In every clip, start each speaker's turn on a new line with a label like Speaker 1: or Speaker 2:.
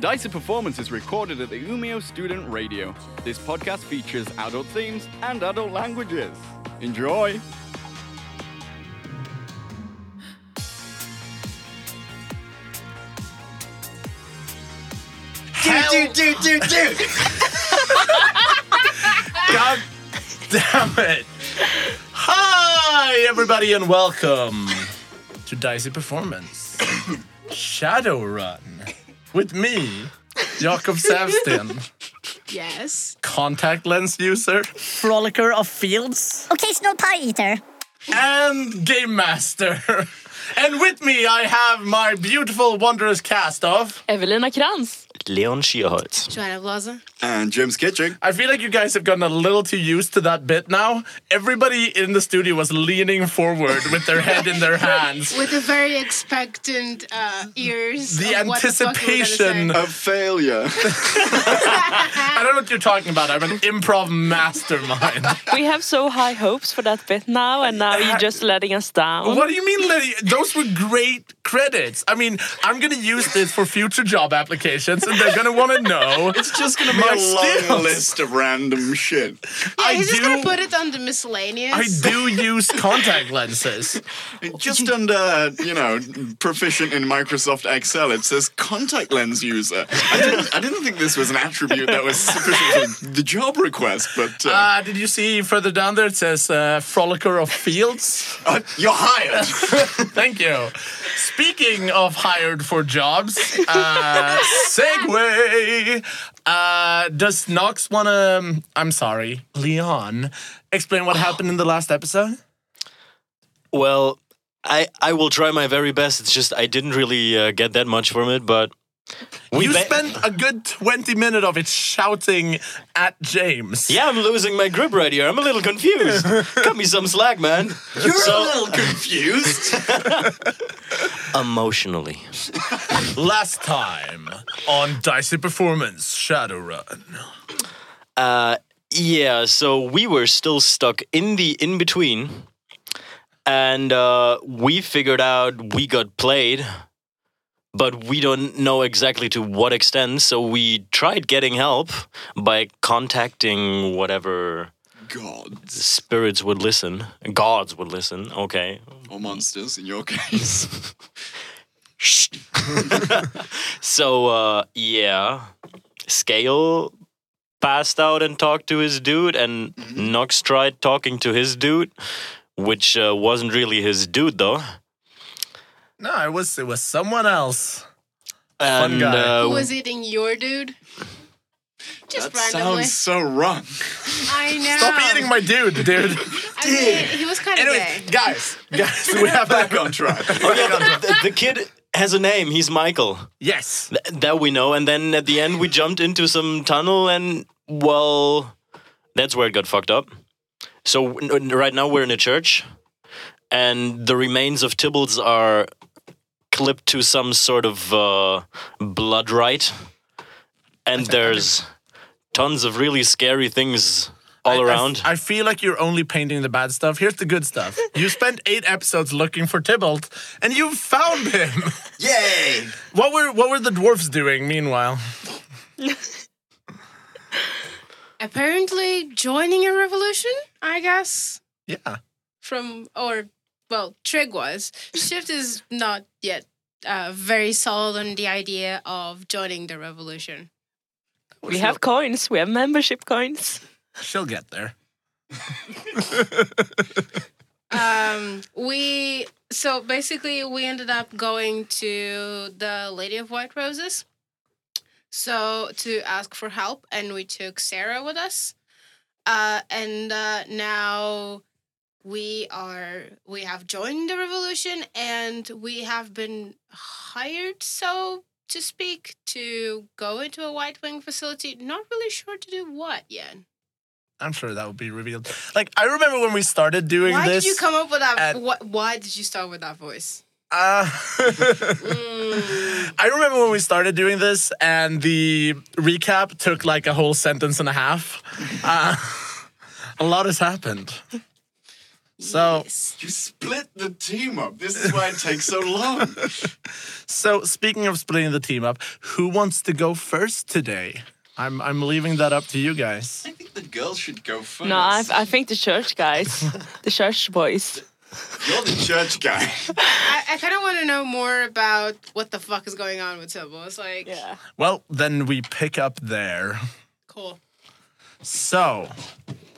Speaker 1: Dicer Performance is recorded at the Umeo Student Radio. This podcast features adult themes and adult languages. Enjoy!
Speaker 2: Dude, dude, dude, dude, dude. God damn it. Hi, everybody, and welcome to Dicey Performance Shadowrun with me, Jakob Savsten,
Speaker 3: Yes.
Speaker 2: contact lens user
Speaker 4: Frolicker of Fields.
Speaker 5: Occasional pie eater.
Speaker 2: and game master. And with me, I have my beautiful, wondrous cast of.
Speaker 6: Evelina Krantz.
Speaker 7: Leon Schierholz.
Speaker 3: Joanna Blaza.
Speaker 1: And James Kitching.
Speaker 2: I feel like you guys have gotten a little too used to that bit now. Everybody in the studio was leaning forward with their head in their hands.
Speaker 3: With the very expectant uh, ears.
Speaker 2: The
Speaker 3: of what fuck we're gonna
Speaker 2: anticipation.
Speaker 3: say.
Speaker 1: A failure.
Speaker 2: I don't know what you're talking about. I'm an improv mastermind.
Speaker 6: We have so high hopes for that bit now, and now you're just letting us down.
Speaker 2: what do you mean, Lenny? Those were great credits. I mean, I'm going to use this for future job applications, and they're going to want to know. It's just going to
Speaker 1: a long list of random shit.
Speaker 3: Yeah,
Speaker 2: I
Speaker 3: he's just gonna
Speaker 2: do-
Speaker 3: put it on the miscellaneous.
Speaker 2: I do use contact lenses.
Speaker 1: Just under, you know, proficient in Microsoft Excel, it says contact lens user. I didn't, I didn't think this was an attribute that was sufficient for the job request, but uh,
Speaker 2: Uh, did you see further down there? It says uh, "Frolicker of Fields."
Speaker 1: uh, you're hired.
Speaker 2: Thank you. Speaking of hired for jobs, uh, segue. Uh, does Knox want to? I'm sorry, Leon. Explain
Speaker 3: Oh.
Speaker 2: what happened in the last episode.
Speaker 7: Well, I I will try my very best. It's just I didn't really uh, get that much from it, but we
Speaker 2: you
Speaker 7: ba-
Speaker 2: spent a good 20 minutes of it shouting at James.
Speaker 7: Yeah, I'm losing my grip right here. I'm a little confused. Cut me some slack, man. You're
Speaker 1: little confused.
Speaker 7: emotionally.
Speaker 2: Last time on Dicey Performance Shadowrun.
Speaker 7: Yeah, so we were still stuck in the in between, and uh, we figured out we got played, but we don't know exactly to what extent. So we tried getting help by contacting whatever
Speaker 1: Gods
Speaker 7: spirits would listen, gods would listen. Okay,
Speaker 1: or monsters in your case.
Speaker 7: so uh, yeah, Scale passed out and talked to his dude, and Nox tried talking to his dude, which uh, wasn't really his dude though.
Speaker 2: No, it was it was someone else. Fun
Speaker 7: And
Speaker 2: guy.
Speaker 3: Who
Speaker 7: uh,
Speaker 3: was eating your dude? Just
Speaker 1: That
Speaker 3: randomly.
Speaker 1: sounds so wrong.
Speaker 3: I know.
Speaker 2: Stop eating my dude, dude.
Speaker 3: I mean, he was kind of
Speaker 2: Anyway,
Speaker 3: gay.
Speaker 2: guys, guys, we have that.
Speaker 1: Back on track.
Speaker 7: the, the kid has a name. He's Michael.
Speaker 2: Yes.
Speaker 7: Th- that we know. And then at the end, we jumped into some tunnel, and well, that's where it got fucked up. So n- n- right now we're in a church, and the remains of Tibbles are clipped to some sort of uh, blood rite, and there's tons of really scary things all
Speaker 2: I- I f-
Speaker 7: around.
Speaker 2: I, feel like you're only painting the bad stuff. Here's the good stuff. You spent eight episodes looking for Tybalt, and you found him.
Speaker 1: Yay!
Speaker 2: What were what were the dwarfs doing meanwhile?
Speaker 3: Apparently, joining a revolution, I guess.
Speaker 2: Yeah.
Speaker 3: from or well trig was shift is not yet uh, very solid on the idea of joining the revolution
Speaker 6: We have coins. We have membership coins.
Speaker 2: She'll get there.
Speaker 3: um, we so basically we ended up going to the lady of white roses so to ask for help and we took sarah with us uh, and uh, now we are we have joined the revolution and we have been hired so to speak to go into a white wing facility not really sure to do what yet
Speaker 2: I'm sure that will be revealed. Like I remember when we started doing
Speaker 3: why
Speaker 2: this.
Speaker 3: did you come up with that
Speaker 2: at-
Speaker 3: wh- why did you start with that voice
Speaker 2: uh, I remember when we started doing this, and the recap took like a whole sentence and a half. Uh, a lot has happened. So
Speaker 3: Yes.
Speaker 1: You split the team up. This is why it takes so long.
Speaker 2: So speaking of splitting the team up, who wants to go first today? I'm I'm leaving that up to you guys.
Speaker 1: I think the girls should go first.
Speaker 6: No, I, I think the church guys, the church boys.
Speaker 1: You're the church guy.
Speaker 3: I, I kind of want to know more about what the fuck is going on with Sybil. It's like,
Speaker 6: Yeah.
Speaker 2: Well, then we pick up there.
Speaker 3: cool.
Speaker 2: So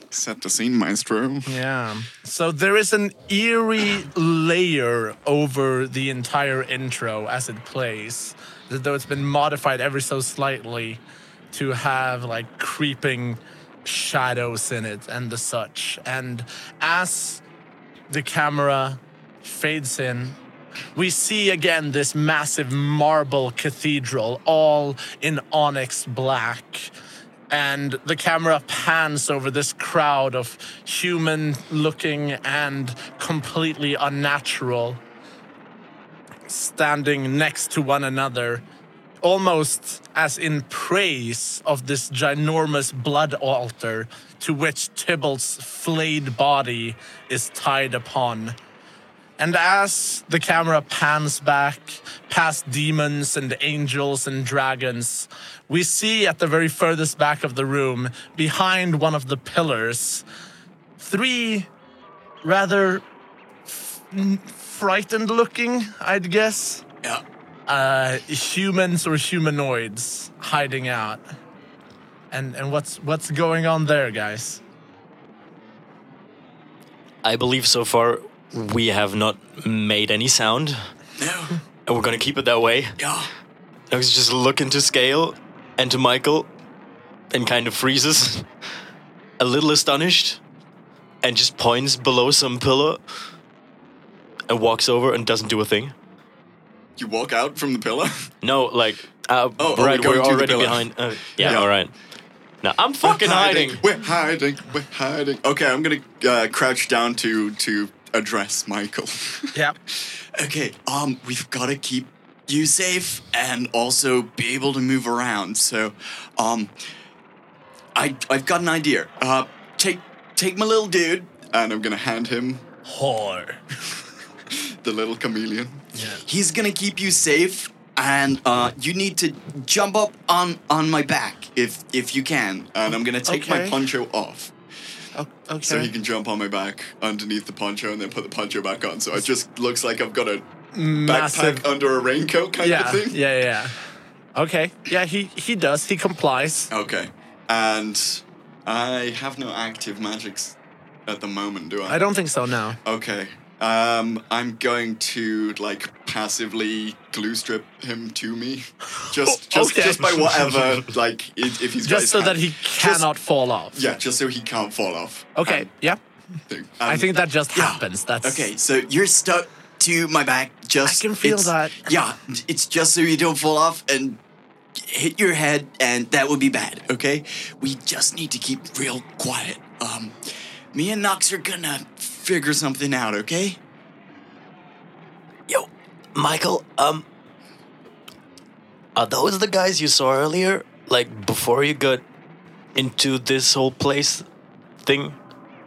Speaker 1: Set the scene, maestro.
Speaker 2: yeah, so there is an eerie layer over the entire intro as it plays, though it's been modified ever so slightly to have like creeping shadows in it and the such. And as the camera fades in. We see again this massive marble cathedral, all in onyx black. And the camera pans over this crowd of human looking and completely unnatural standing next to one another, almost as in praise of this ginormous blood altar to which Tybalt's flayed body is tied upon. And as the camera pans back past demons and angels and dragons, we see at the very furthest back of the room, behind one of the pillars, three rather frightened looking, I'd guess,
Speaker 1: Yeah.
Speaker 2: uh, humans or humanoids hiding out. And, and what's what's going on there, guys?
Speaker 7: I believe so far we have not made any sound,
Speaker 1: No.
Speaker 7: and we're gonna keep it that way.
Speaker 1: Yeah.
Speaker 7: I was just looking to Scale and to Michael, and kind of freezes, a little astonished, and just points below some pillar, and walks over and doesn't do a thing.
Speaker 1: You walk out from the pillar.
Speaker 7: No, like, uh,
Speaker 1: Oh, oh,
Speaker 7: right,
Speaker 1: we're
Speaker 7: we're
Speaker 1: going to the
Speaker 7: already
Speaker 1: pillar.
Speaker 7: behind. Uh, yeah,
Speaker 1: Yeah.
Speaker 7: all right. Now I'm fucking hiding.
Speaker 1: We're hiding. We're hiding. Okay, I'm gonna uh, crouch down to to address Michael.
Speaker 2: Yeah.
Speaker 1: okay. Um, we've gotta keep you safe and also be able to move around. So, um, I I've got an idea. Uh, take take my little dude, and I'm gonna hand him
Speaker 2: Whore.
Speaker 1: the little chameleon. He's gonna keep you safe, and uh, you need to jump up on on my back if if you can. And I'm gonna take my
Speaker 2: Okay.
Speaker 1: poncho off.
Speaker 2: Okay.
Speaker 1: So he can jump on my back underneath the poncho and then put the poncho back on. So it just looks like I've got a
Speaker 2: Massive.
Speaker 1: backpack under a raincoat kind
Speaker 2: yeah,
Speaker 1: of thing.
Speaker 2: Yeah, yeah, yeah. Okay. Yeah, he he does. He complies.
Speaker 1: Okay. And I have no active magics at the moment, do I?
Speaker 2: I don't think so now.
Speaker 1: Okay. Um, I'm going to like passively glue strip him to me, just just
Speaker 2: Okay.
Speaker 1: just by whatever like if, if he's got
Speaker 2: Just
Speaker 1: his
Speaker 2: so
Speaker 1: hand-
Speaker 2: that he cannot fall off.
Speaker 1: yeah, just so he can't fall off.
Speaker 2: Okay. yeah.
Speaker 1: Um, thing.
Speaker 2: I
Speaker 1: Um,
Speaker 2: think that just happens. That's
Speaker 1: Okay, so you're stuck to my back. Just
Speaker 2: I can feel
Speaker 1: it's-
Speaker 2: that.
Speaker 1: Yeah, it's just so you don't fall off and hit your head, and that would be bad. Okay, we just need to keep real quiet. Um, me and Knox are gonna figure something out. Okay.
Speaker 7: Yo, Michael, um, are those the guys you saw earlier? Like before you got into this whole place thing?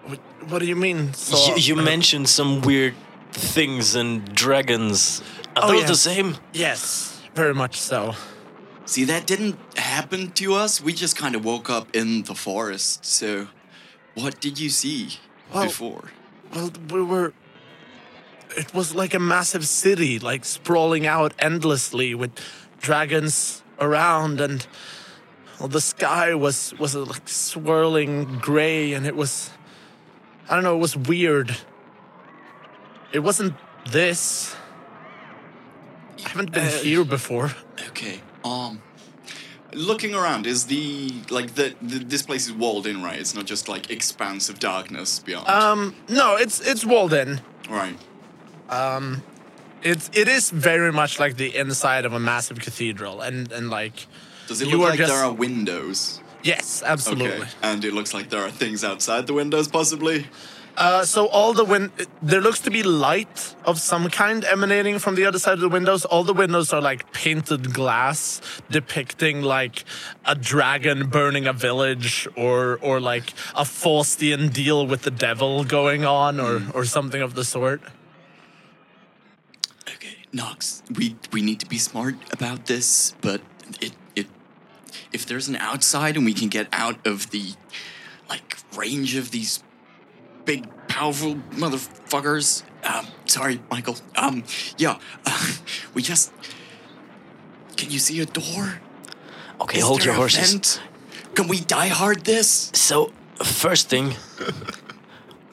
Speaker 2: Wh- What do you mean? So,
Speaker 7: You, you mentioned some weird things and dragons. Are
Speaker 2: Oh,
Speaker 7: those
Speaker 2: yeah.
Speaker 7: the same?
Speaker 2: yes, very much so.
Speaker 1: See, that didn't happen to us. We just kind of woke up in the forest. So, what did you see
Speaker 2: Well-
Speaker 1: before?
Speaker 2: Well, we were. It was like a massive city, like sprawling out endlessly with dragons around, and well, the sky was was uh, like swirling gray, and it was. I don't know. It was weird. It wasn't this. I haven't been here before.
Speaker 1: Okay. Um, looking around, is the like the, the this place is walled in, right? It's not just like expanse of darkness beyond.
Speaker 2: Um, no, it's it's walled in.
Speaker 1: right.
Speaker 2: It's it is very much like the inside of a massive cathedral, and and like
Speaker 1: Does it
Speaker 2: you
Speaker 1: look
Speaker 2: are
Speaker 1: like
Speaker 2: just-
Speaker 1: there are windows?
Speaker 2: yes,
Speaker 1: Okay.
Speaker 2: absolutely.
Speaker 1: And it looks like there are things outside the windows, possibly.
Speaker 2: Uh, so all the win there looks to be light of some kind emanating from the other side of the windows. All the windows are like painted glass depicting like a dragon burning a village or or like a Faustian deal with the devil going on or or something of the sort.
Speaker 1: Okay, Nox, we we need to be smart about this, but it it if there's an outside and we can get out of the like range of these big powerful motherfuckers. Um, sorry, Michael. Um, yeah, uh, we just can you see a door?
Speaker 7: Okay,
Speaker 1: Is
Speaker 7: hold
Speaker 1: there
Speaker 7: your
Speaker 1: a
Speaker 7: horses.
Speaker 1: vent? Can we die hard this?
Speaker 7: So, first thing,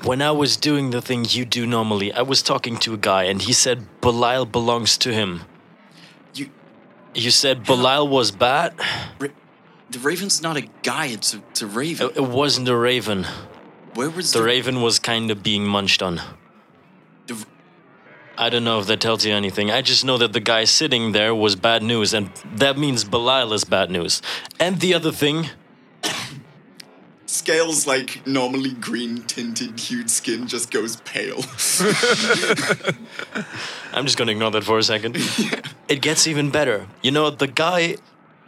Speaker 7: when I was doing the thing you do normally, I was talking to a guy and he said Belial belongs to him.
Speaker 1: You,
Speaker 7: You said Belial was bad?
Speaker 1: ra- the Raven's not a guy. It's a, it's a Raven.
Speaker 7: It it wasn't a raven.
Speaker 1: Where was
Speaker 7: The raven was kind of being munched on.
Speaker 1: the-
Speaker 7: I don't know if that tells you anything. I just know that the guy sitting there was bad news, and that means Belial is bad news. And the other thing,
Speaker 1: Scales like normally green tinted hued skin just goes pale.
Speaker 7: I'm just gonna ignore that for a second. it gets even better. You know, the guy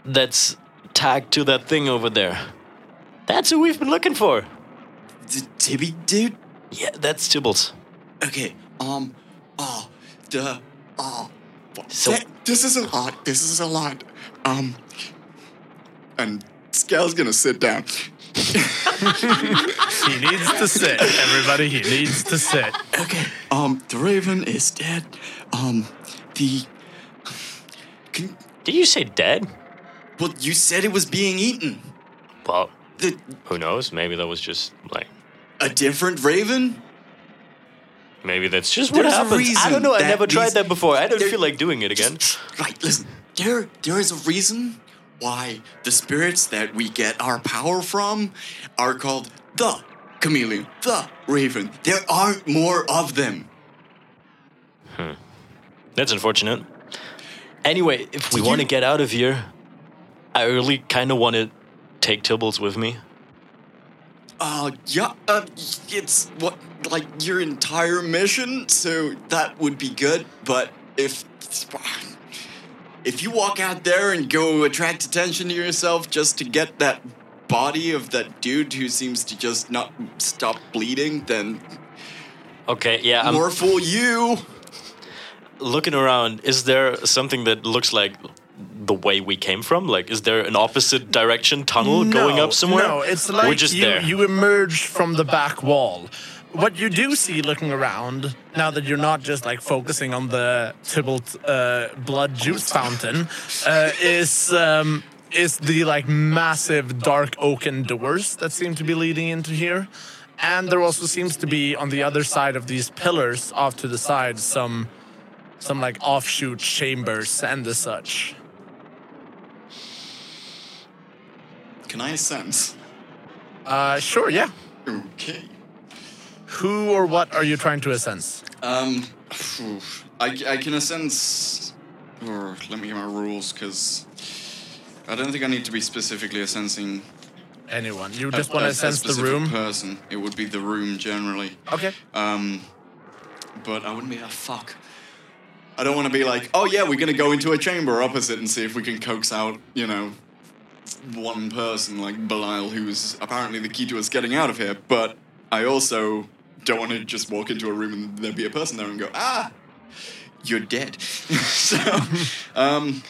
Speaker 7: that's tagged to that thing over there, that's who we've been looking for.
Speaker 1: the Tibby dude?
Speaker 7: Yeah, that's Tibbles.
Speaker 1: Okay, um oh the oh
Speaker 7: So-
Speaker 1: Th- this is a lot. This is a lot. Um and Scale's gonna sit down.
Speaker 2: He needs to sit, everybody. He needs to sit.
Speaker 1: Okay. Um the Raven is dead. Um the can,
Speaker 7: Did you say dead?
Speaker 1: well you said it was being eaten.
Speaker 7: Well,
Speaker 1: The
Speaker 7: who knows? Maybe that was just like.
Speaker 1: a different Raven?
Speaker 7: Maybe that's just
Speaker 1: There's a
Speaker 7: I
Speaker 1: reason
Speaker 7: don't know. I
Speaker 1: that
Speaker 7: never tried that
Speaker 1: these-
Speaker 7: before. I don't
Speaker 1: there-
Speaker 7: feel like doing it again.
Speaker 1: Right, listen. There, there is a reason why the spirits that we get our power from are called the chameleon, the raven. There aren't more of them.
Speaker 7: That's unfortunate. Anyway, if we
Speaker 1: Did
Speaker 7: want to
Speaker 1: you-
Speaker 7: get out of here, I really kind of want to take Tibbles with me.
Speaker 1: Uh, yeah, uh, it's what, like your entire mission, so that would be good, but if. If you walk out there and go attract attention to yourself just to get that body of that dude who seems to just not stop bleeding, then
Speaker 7: Okay, yeah, I'm
Speaker 1: more fool you.
Speaker 7: looking around. Is there something that looks like the way we came from? Like, is there an opposite direction tunnel going
Speaker 2: No,
Speaker 7: up somewhere?
Speaker 2: No, it's like
Speaker 7: we're just
Speaker 2: you,
Speaker 7: there.
Speaker 2: you emerge from the back wall. What you do see looking around, now that you're not just like focusing on the Tybalt uh, blood juice fountain, uh, is um, is the like massive dark oaken doors that seem to be leading into here. And there also seems to be on the other side of these pillars, off to the side, some some like offshoot chambers and the such.
Speaker 1: Can I sense?
Speaker 2: Uh, sure, yeah.
Speaker 1: Okay.
Speaker 2: Who or what are you trying to ascend?
Speaker 1: Um, phew. I, I can sense. or Let me get my rules, because I don't think I need to be specifically sensing.
Speaker 2: Anyone. You just want to sense the room.
Speaker 1: Person. It would be the room generally.
Speaker 2: Okay.
Speaker 1: Um, but I wouldn't be like fuck. I don't want to be like, oh yeah, we're gonna go into a chamber opposite and see if we can coax out, you know, one person like Belial, who's apparently the key to us getting out of here. But I also don't want to just walk into a room and there be a person there and go, ah, you're dead. so, um,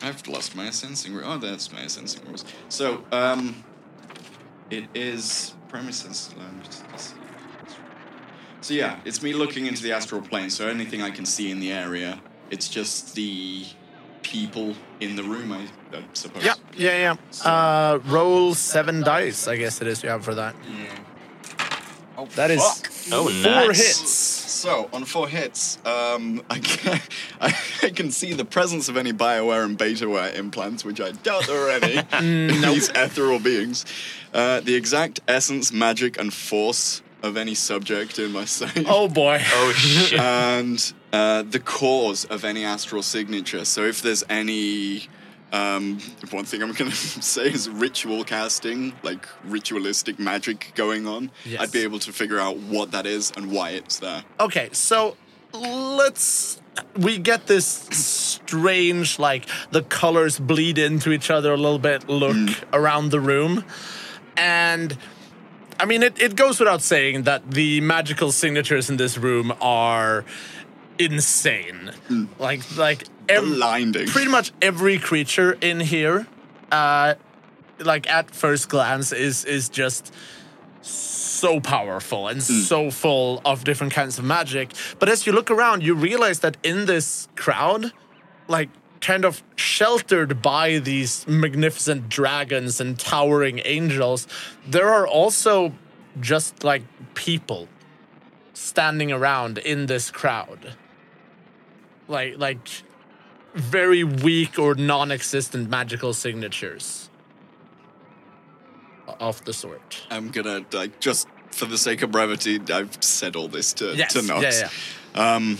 Speaker 1: I've lost my sensing. ru- Oh, that's my sensing rules. So, um, it is primary sense. So yeah, it's me looking into the astral plane. So anything I can see in the area, it's just the people in the room. I, I suppose.
Speaker 2: Yeah, yeah, yeah. Uh, roll seven dice, I guess it is you have for that.
Speaker 1: Mm. Oh,
Speaker 2: That is
Speaker 1: fuck.
Speaker 7: oh,
Speaker 2: four
Speaker 7: nice.
Speaker 2: hits.
Speaker 1: So on four hits, um, I can I, can see the presence of any Bioware and Betaware implants, which I doubt there are any. in
Speaker 2: Mm.
Speaker 1: These ethereal beings, uh, the exact essence, magic, and force of any subject in my sight.
Speaker 2: Oh boy.
Speaker 7: Oh shit!
Speaker 1: and uh, the cause of any astral signature. So if there's any Um, one thing I'm gonna say is ritual casting, like ritualistic magic going on.
Speaker 2: Yes.
Speaker 1: I'd be able to figure out what that is and why it's there.
Speaker 2: Okay, so let's. We get this strange, like, the colors bleed into each other a little bit look around the room. And I mean, it, it goes without saying that the magical signatures in this room are insane. Like, like, ev-
Speaker 1: Blinding.
Speaker 2: pretty much every creature in here, uh, like at first glance, is is just so powerful and so full of different kinds of magic. But as you look around, you realize that in this crowd, like kind of sheltered by these magnificent dragons and towering angels, there are also just like people standing around in this crowd. Like like very weak or non-existent magical signatures of the sort.
Speaker 1: I'm gonna like just for the sake of brevity, I've said all this to
Speaker 2: Yes.
Speaker 1: to Nox.
Speaker 2: Yeah,
Speaker 1: Um,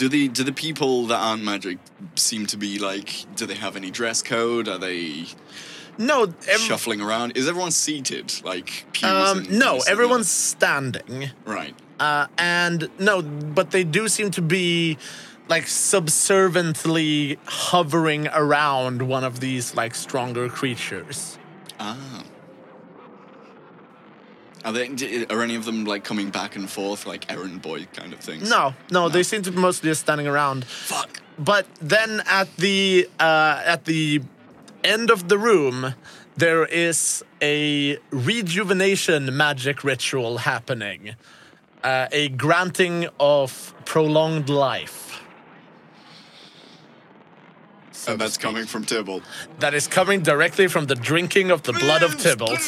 Speaker 1: do the do the people that aren't magic seem to be like? Do they have any dress code? Are they
Speaker 2: No, ev-
Speaker 1: shuffling around? Is everyone seated? Like pews
Speaker 2: um,
Speaker 1: and-
Speaker 2: no,
Speaker 1: and stuff
Speaker 2: everyone's standing.
Speaker 1: like that? right.
Speaker 2: Uh, and no, but they do seem to be like subserviently hovering around one of these like stronger creatures.
Speaker 1: Ah. Are they? d- Are any of them like coming back and forth, like errand boy kind of things?
Speaker 2: No, no, they seem to be mostly just standing around.
Speaker 1: Fuck.
Speaker 2: But then at the uh, at the end of the room, there is a rejuvenation magic ritual happening, uh, a granting of prolonged life. So
Speaker 1: And Oh, that's coming from Tibble.
Speaker 2: that is coming directly from the drinking of the blood of Tybalt.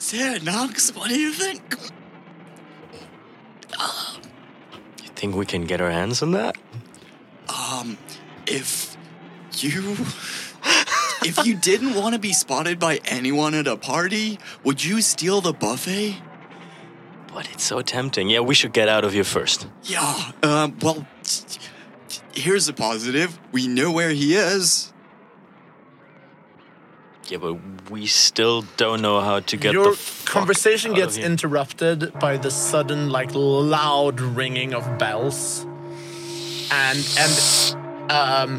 Speaker 1: Sarah Knox, what do you think?
Speaker 7: You think we can get our hands on that?
Speaker 1: Um, if you if you didn't want to be spotted by anyone at a party, would you steal the buffet?
Speaker 7: But it's so tempting. Yeah, we should get out of here first.
Speaker 1: Yeah. Um. Well, here's a positive. We know where he is.
Speaker 7: Yeah, but we still don't know how to get
Speaker 2: Your
Speaker 7: the fuck
Speaker 2: conversation
Speaker 7: out of
Speaker 2: gets
Speaker 7: here.
Speaker 2: interrupted by the sudden, like, loud ringing of bells, and and um,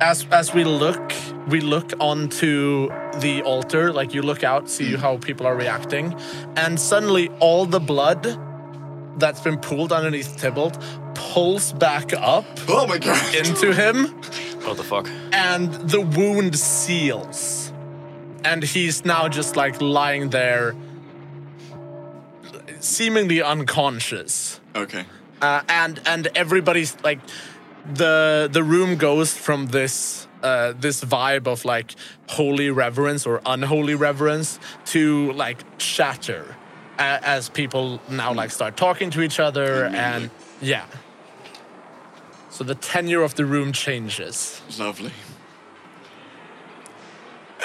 Speaker 2: as as we look, we look onto the altar. Like you look out, see
Speaker 7: Hmm.
Speaker 2: how people are reacting, and suddenly all the blood that's been pooled underneath Tybalt pulls back up
Speaker 1: Oh my god.
Speaker 2: into him
Speaker 7: What the fuck?
Speaker 2: and the wound seals. And he's now just like lying there, seemingly unconscious.
Speaker 1: Okay.
Speaker 2: Uh, and and everybody's like, the the room goes from this uh, this vibe of like holy reverence or unholy reverence to like shatter, uh, as people now like start talking to each other and yeah. So the tenure of the room changes.
Speaker 1: Lovely.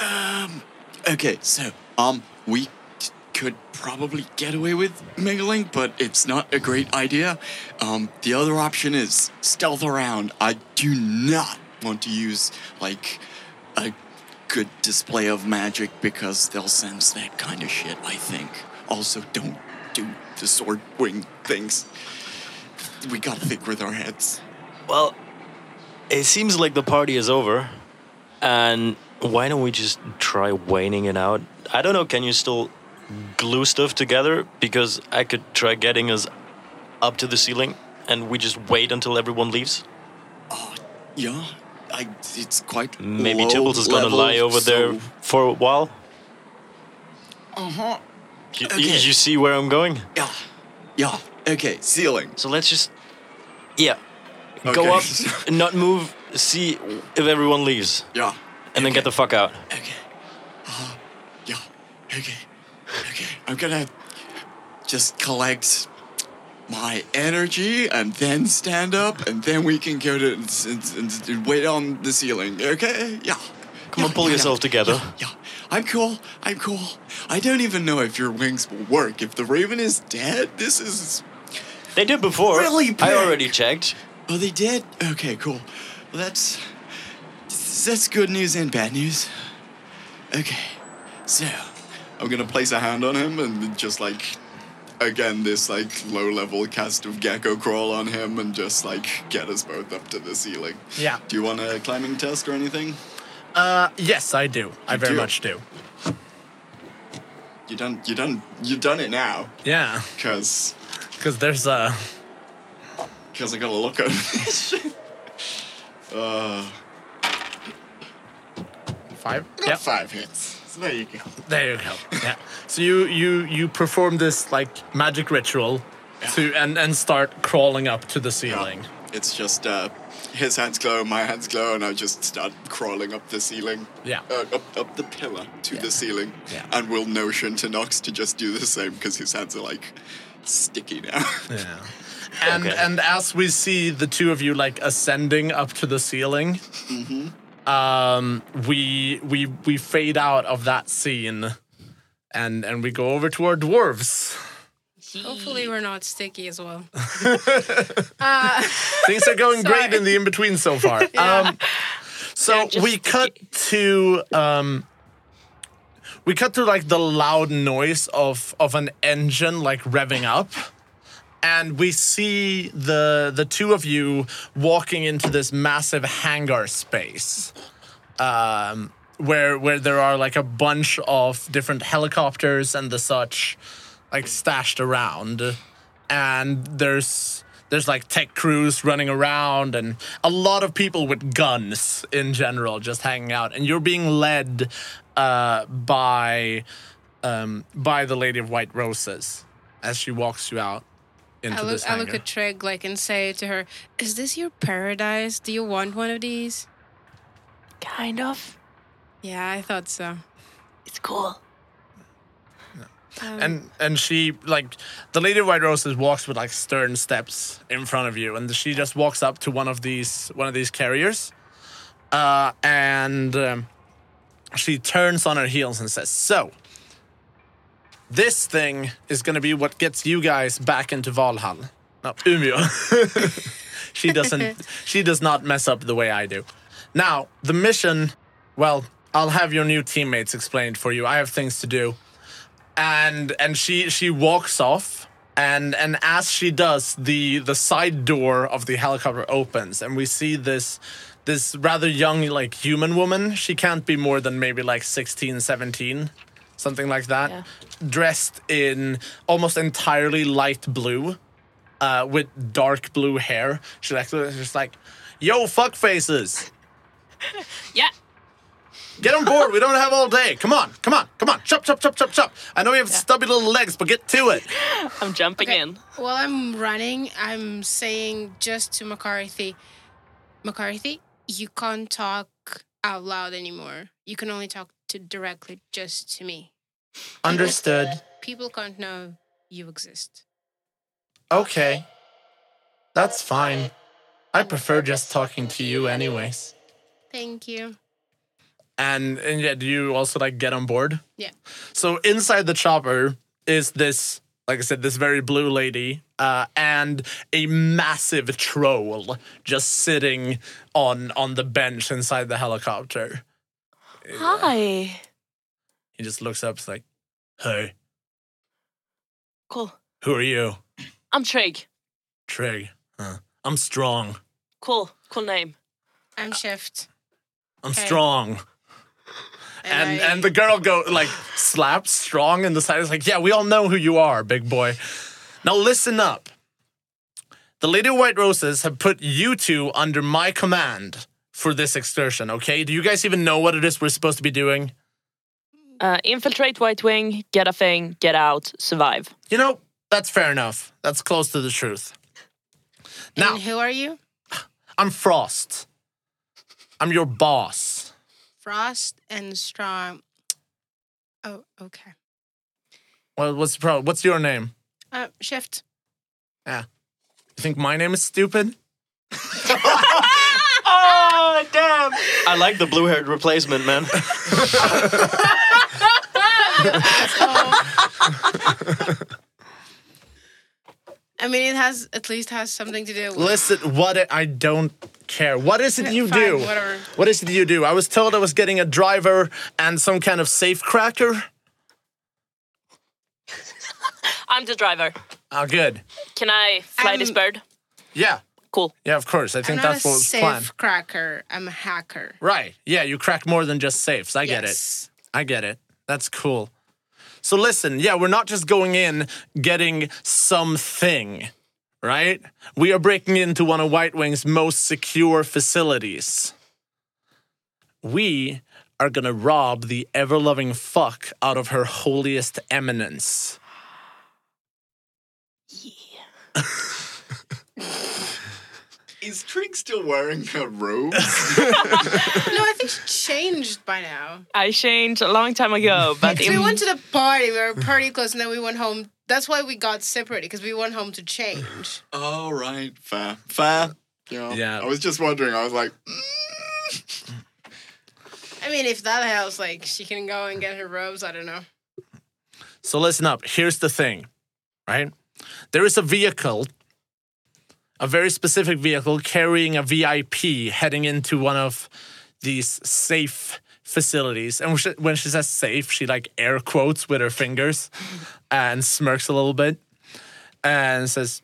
Speaker 1: Um. Okay. So, um, we t- could probably get away with mingling, but it's not a great idea. Um, the other option is stealth around. I do not want to use like a good display of magic because they'll sense that kind of shit. I think. Also, don't do the sword wing things. We gotta think with our heads.
Speaker 7: Well, it seems like the party is over, and why don't we just try waning it out? I don't know. Can you still glue stuff together? Because I could try getting us up to the ceiling, and we just wait until everyone leaves.
Speaker 1: Yeah, I, it's quite.
Speaker 7: Maybe
Speaker 1: low
Speaker 7: Tibbles is gonna
Speaker 1: level,
Speaker 7: lie over there
Speaker 1: so-
Speaker 7: for a while.
Speaker 1: Uh huh.
Speaker 7: You, you-
Speaker 1: Okay.
Speaker 7: you see where I'm going?
Speaker 1: Yeah. Yeah. Okay. Ceiling.
Speaker 7: So let's just, yeah,
Speaker 1: Okay.
Speaker 7: go up, not move, see if everyone leaves,
Speaker 1: Yeah.
Speaker 7: and then get the fuck out.
Speaker 1: Okay. Uh, yeah. Okay. Okay. I'm gonna just collect my energy and then stand up and then we can go to and, and, and wait on the ceiling. Okay. Yeah.
Speaker 7: Come on,
Speaker 1: Yeah,
Speaker 7: pull
Speaker 1: yeah,
Speaker 7: yourself
Speaker 1: yeah.
Speaker 7: together.
Speaker 1: Yeah, I'm cool. I'm cool. I don't even know if your wings will work. If the raven is dead, this is
Speaker 7: They did before.
Speaker 1: Really
Speaker 7: I
Speaker 1: big.
Speaker 7: already checked.
Speaker 1: Oh, they did? Okay, cool. that's that's good news and bad news. Okay, so I'm gonna place a hand on him and just like again this like low level cast of gecko crawl on him and just like get us both up to the ceiling.
Speaker 2: Yeah.
Speaker 1: Do you want a climbing test or anything?
Speaker 2: Uh, yes, I do. I
Speaker 1: You
Speaker 2: very
Speaker 1: do?
Speaker 2: much do.
Speaker 1: You done you done you done it now,
Speaker 2: Yeah,
Speaker 1: cause
Speaker 2: because there's uh, a.
Speaker 1: cause I gotta look at this shit. Uh,
Speaker 2: Five.
Speaker 1: got
Speaker 2: Yep.
Speaker 1: five hits. So there you go.
Speaker 2: There you go. Yeah. So you you you perform this like magic ritual, to and and start crawling up to the ceiling.
Speaker 1: It's just uh, his hands glow, my hands glow, and I just start crawling up the ceiling.
Speaker 2: Yeah.
Speaker 1: Uh, up, up the pillar to the ceiling.
Speaker 2: Yeah.
Speaker 1: And we'll notion to Nox to just do the same because his hands are like sticky now.
Speaker 2: Yeah. And
Speaker 7: Okay.
Speaker 2: and as we see the two of you like ascending up to the ceiling, um, we we we fade out of that scene, and and we go over to our dwarves.
Speaker 3: Hopefully, we're not sticky as well.
Speaker 2: Things are going
Speaker 3: Sorry.
Speaker 2: great in the in between so far. Um, so
Speaker 6: They're just
Speaker 2: we cut to um, we cut to like the loud noise of of an engine like revving up, and we see the the two of you walking into this massive hangar space. Um, where where there are like a bunch of different helicopters and the such like stashed around and there's there's like tech crews running around and a lot of people with guns in general just hanging out and you're being led uh, by um, by the lady of white roses as she walks you out into
Speaker 3: I
Speaker 2: this
Speaker 3: look, I
Speaker 2: hangar.
Speaker 3: look at Trig like and say to her, "Is this your paradise? Do you want one of these?"
Speaker 6: Kind of.
Speaker 3: Yeah, I thought so.
Speaker 6: It's cool.
Speaker 3: Um,
Speaker 2: and and she like the lady of white roses walks with like stern steps in front of you and she just walks up to one of these one of these carriers uh and um, she turns on her heels and says so this thing is going to be what gets you guys back into valhalla no umeå she doesn't she does not mess up the way i do now the mission well i'll have your new teammates explained for you i have things to do and and she she walks off and and as she does the the side door of the helicopter opens and we see this this rather young like human woman she can't be more than maybe like 16 17 something like that
Speaker 6: Yeah.
Speaker 2: dressed in almost entirely light blue uh, with dark blue hair she like just like yo fuck faces
Speaker 6: Yeah.
Speaker 2: Get on board. We don't have all day. Come on, come on, come on. Chop, chop, chop, chop, chop. I know you have stubby little legs, but get to it.
Speaker 6: I'm jumping
Speaker 3: Okay.
Speaker 6: in.
Speaker 3: While I'm running, I'm saying just to McCarthy, McCarthy, you can't talk out loud anymore. You can only talk to directly just to me.
Speaker 2: Understood.
Speaker 3: People can't know you exist.
Speaker 2: Okay. That's fine. I prefer just talking to you, anyways.
Speaker 3: Thank you.
Speaker 2: And and yeah, do you also like get on board?
Speaker 3: Yeah.
Speaker 2: So inside the chopper is this, like I said, this very blue lady, uh, and a massive troll just sitting on on the bench inside the helicopter.
Speaker 6: Hi.
Speaker 2: He just looks up, it's like, "Hey,
Speaker 6: Cool.
Speaker 2: who are you?"
Speaker 6: I'm Trig.
Speaker 2: Trig. Huh. I'm strong.
Speaker 6: Cool. Cool name.
Speaker 3: I'm shift.
Speaker 2: I'm
Speaker 3: Okay.
Speaker 2: strong. And and,
Speaker 3: I-
Speaker 2: the girl go like slaps strong in the side. It's like, yeah, we all know who you are, big boy. Now listen up. The Lady of White Roses have put you two under my command for this excursion, okay? Do you guys even know what it is we're supposed to be doing?
Speaker 6: Uh, infiltrate White Wing. Get a thing. Get out. Survive.
Speaker 2: You know, that's fair enough. That's close to the truth. Now,
Speaker 3: And who are you?
Speaker 2: I'm Frost. I'm your boss.
Speaker 3: Frost and Strong. Oh, okay.
Speaker 2: Well, what's the problem? What's your name?
Speaker 3: Uh, shift.
Speaker 2: You think my name is stupid?
Speaker 7: I like the blue haired replacement, man.
Speaker 3: I mean, it has at least has something to do with
Speaker 2: Listen, what I I don't care. What is it you
Speaker 3: fine,
Speaker 2: do?
Speaker 3: whatever.
Speaker 2: What is it you do? I was told I was getting a driver and some kind of safe cracker.
Speaker 6: I'm the driver.
Speaker 2: Ah, good.
Speaker 6: Can I fly this
Speaker 3: I'm-
Speaker 6: bird?
Speaker 2: Yeah,
Speaker 6: Cool.
Speaker 2: yeah, of course. I
Speaker 3: I'm
Speaker 2: think
Speaker 3: not a
Speaker 2: that's what's planned.
Speaker 3: safe cracker. I'm a hacker.
Speaker 2: Right. Yeah, you crack more than just safes. I get it.
Speaker 3: Yes.
Speaker 2: I get it. That's cool. So listen, yeah, we're not just going in getting something, right? We are breaking into one of White Wing's most secure facilities. We are gonna rob the ever loving fuck out of her holiest eminence.
Speaker 1: Is Trig still wearing her robe?
Speaker 3: No, I think she changed by now.
Speaker 6: I changed a long time ago, but
Speaker 3: we
Speaker 6: in-
Speaker 3: went to the party. We were party close, and then we went home. That's why we got separated because we went home to change.
Speaker 1: All right, fair, fair. Yeah.
Speaker 2: Yeah.
Speaker 1: I was just wondering. I was like, mm,
Speaker 3: I mean, if that helps, like she can go and get her robes. I don't know.
Speaker 2: So listen up. Here's the thing, right? There is a vehicle, a very specific vehicle carrying a VIP heading into one of these safe facilities. And when she- when she says safe, she like air quotes with her fingers and smirks a little bit and says,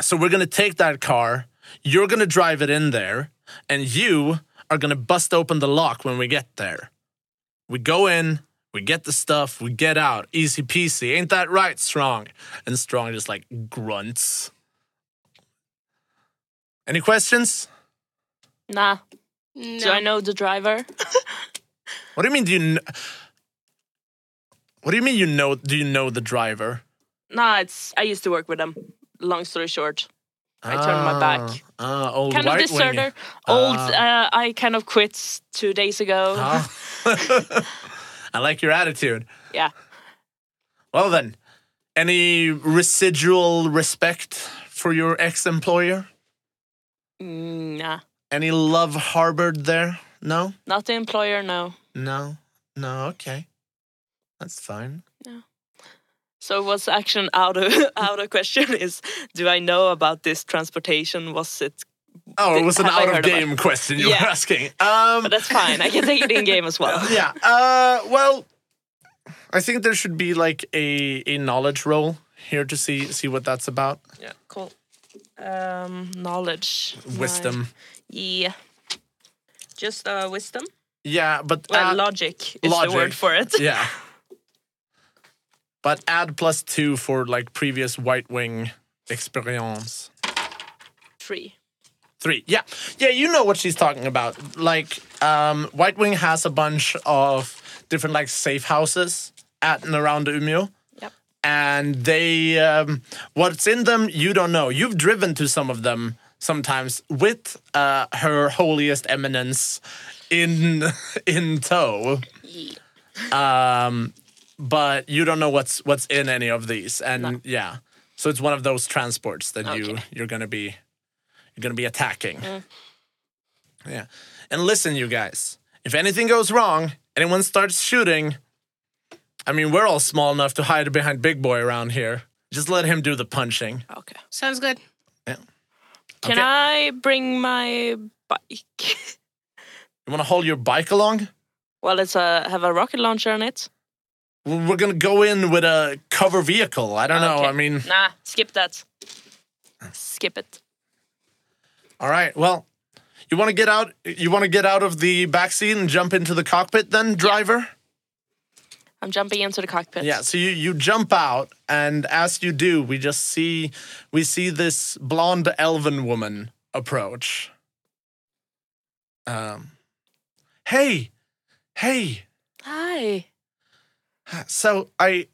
Speaker 2: So we're going to take that car. You're going to drive it in there. And you are going to bust open the lock when we get there. We go in, we get the stuff, we get out. Easy peasy. Ain't that right, Strong? And Strong just like grunts. Any questions?
Speaker 6: nah.
Speaker 3: No.
Speaker 6: Do I know the driver?
Speaker 2: What do you mean do you kn- What do you mean you know do you know the driver?
Speaker 6: Nah, it's I used to work with them. Long story short, I turned my back.
Speaker 2: Ah, ah, old
Speaker 6: Kind of
Speaker 2: white
Speaker 6: deserter.
Speaker 2: winger.
Speaker 6: Old.
Speaker 2: Ah.
Speaker 6: Uh, I kind of quit two days ago.
Speaker 2: Ah. I like your attitude.
Speaker 6: Yeah.
Speaker 2: Well then, any residual respect for your ex-employer?
Speaker 6: Mm, Nah,
Speaker 2: Any love harbored there? No?
Speaker 6: not the employer. No.
Speaker 2: No, no, okay. That's fine.
Speaker 6: So what's action out of out of question is do I know about this transportation? Was it?
Speaker 2: Oh, it
Speaker 6: Th-
Speaker 2: was an
Speaker 6: have I
Speaker 2: out of
Speaker 6: heard about
Speaker 2: game question you
Speaker 6: Yeah.
Speaker 2: were asking. Um,
Speaker 6: But that's fine. I can take it in game as well.
Speaker 2: yeah. Uh, well, I think there should be like a, a knowledge roll here to see see what that's about.
Speaker 6: Yeah. Cool. Um, knowledge.
Speaker 2: Wisdom.
Speaker 6: Yeah. Just uh, wisdom.
Speaker 2: Yeah, but
Speaker 6: Well,
Speaker 2: uh,
Speaker 6: logic is
Speaker 2: logic.
Speaker 6: the word for it.
Speaker 2: yeah. But add plus two for like previous White Wing experience.
Speaker 6: Three.
Speaker 2: three. Yeah, yeah, you know what she's talking about. Like, um, White Wing has a bunch of different like safe houses at and around Umeå.
Speaker 6: Yep.
Speaker 2: And they, um, what's in them, you don't know. You've driven to some of them sometimes with uh, her holiest eminence in in tow. Um, but you don't know what's what's in any of these, and yeah, so it's one of those transports that you
Speaker 6: Okay.
Speaker 2: you're gonna be you're gonna be attacking. Yeah. And listen, you guys, if anything goes wrong, anyone starts shooting, I mean, we're all small enough to hide behind Big Boy around here. Just let him do the punching.
Speaker 6: Okay.
Speaker 3: Sounds good.
Speaker 6: Can
Speaker 2: Okay.
Speaker 6: I bring my bike?
Speaker 2: You wanna haul your bike along?
Speaker 6: well, it's a have a rocket launcher on it.
Speaker 2: We're we're gonna go in with a cover vehicle. I don't know.
Speaker 6: Okay.
Speaker 2: I mean,
Speaker 6: Nah, skip that. Skip it.
Speaker 2: all right. Well, you wanna get out? You wanna get out of the back seat and jump into the cockpit, then, driver?
Speaker 6: I'm jumping into the cockpit.
Speaker 2: Yeah, so you you jump out, and as you do, we just see we see this blonde elven woman approach. Um, hey, hey.
Speaker 6: Hi.
Speaker 2: So I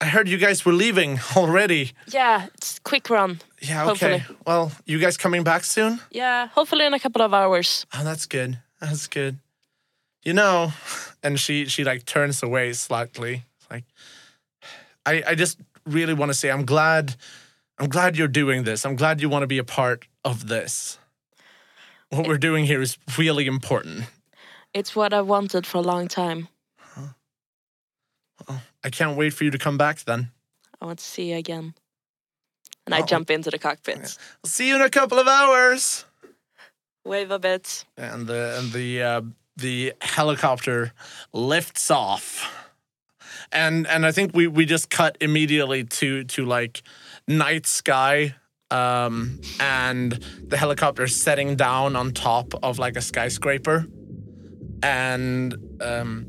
Speaker 2: I heard you guys were leaving already.
Speaker 6: Yeah, it's quick run.
Speaker 2: Yeah, okay.
Speaker 6: Hopefully.
Speaker 2: Well, you guys coming back soon?
Speaker 6: Yeah, hopefully in a couple of hours.
Speaker 2: Oh, that's good. That's good. You know, and she she like turns away slightly. Like, I I just really want to say I'm glad, I'm glad you're doing this. I'm glad you want to be a part of this. What we're doing here is really important.
Speaker 6: It's what I wanted for a long time.
Speaker 2: I can't wait for you to come back. Then
Speaker 6: I want to see you again. And I
Speaker 2: Oh.
Speaker 6: jump into the cockpit.
Speaker 2: see you in a couple of hours.
Speaker 6: Wave a bit.
Speaker 2: and the and the uh, the helicopter lifts off and and i think we we just cut immediately to to like night sky um and the helicopter setting down on top of like a skyscraper and um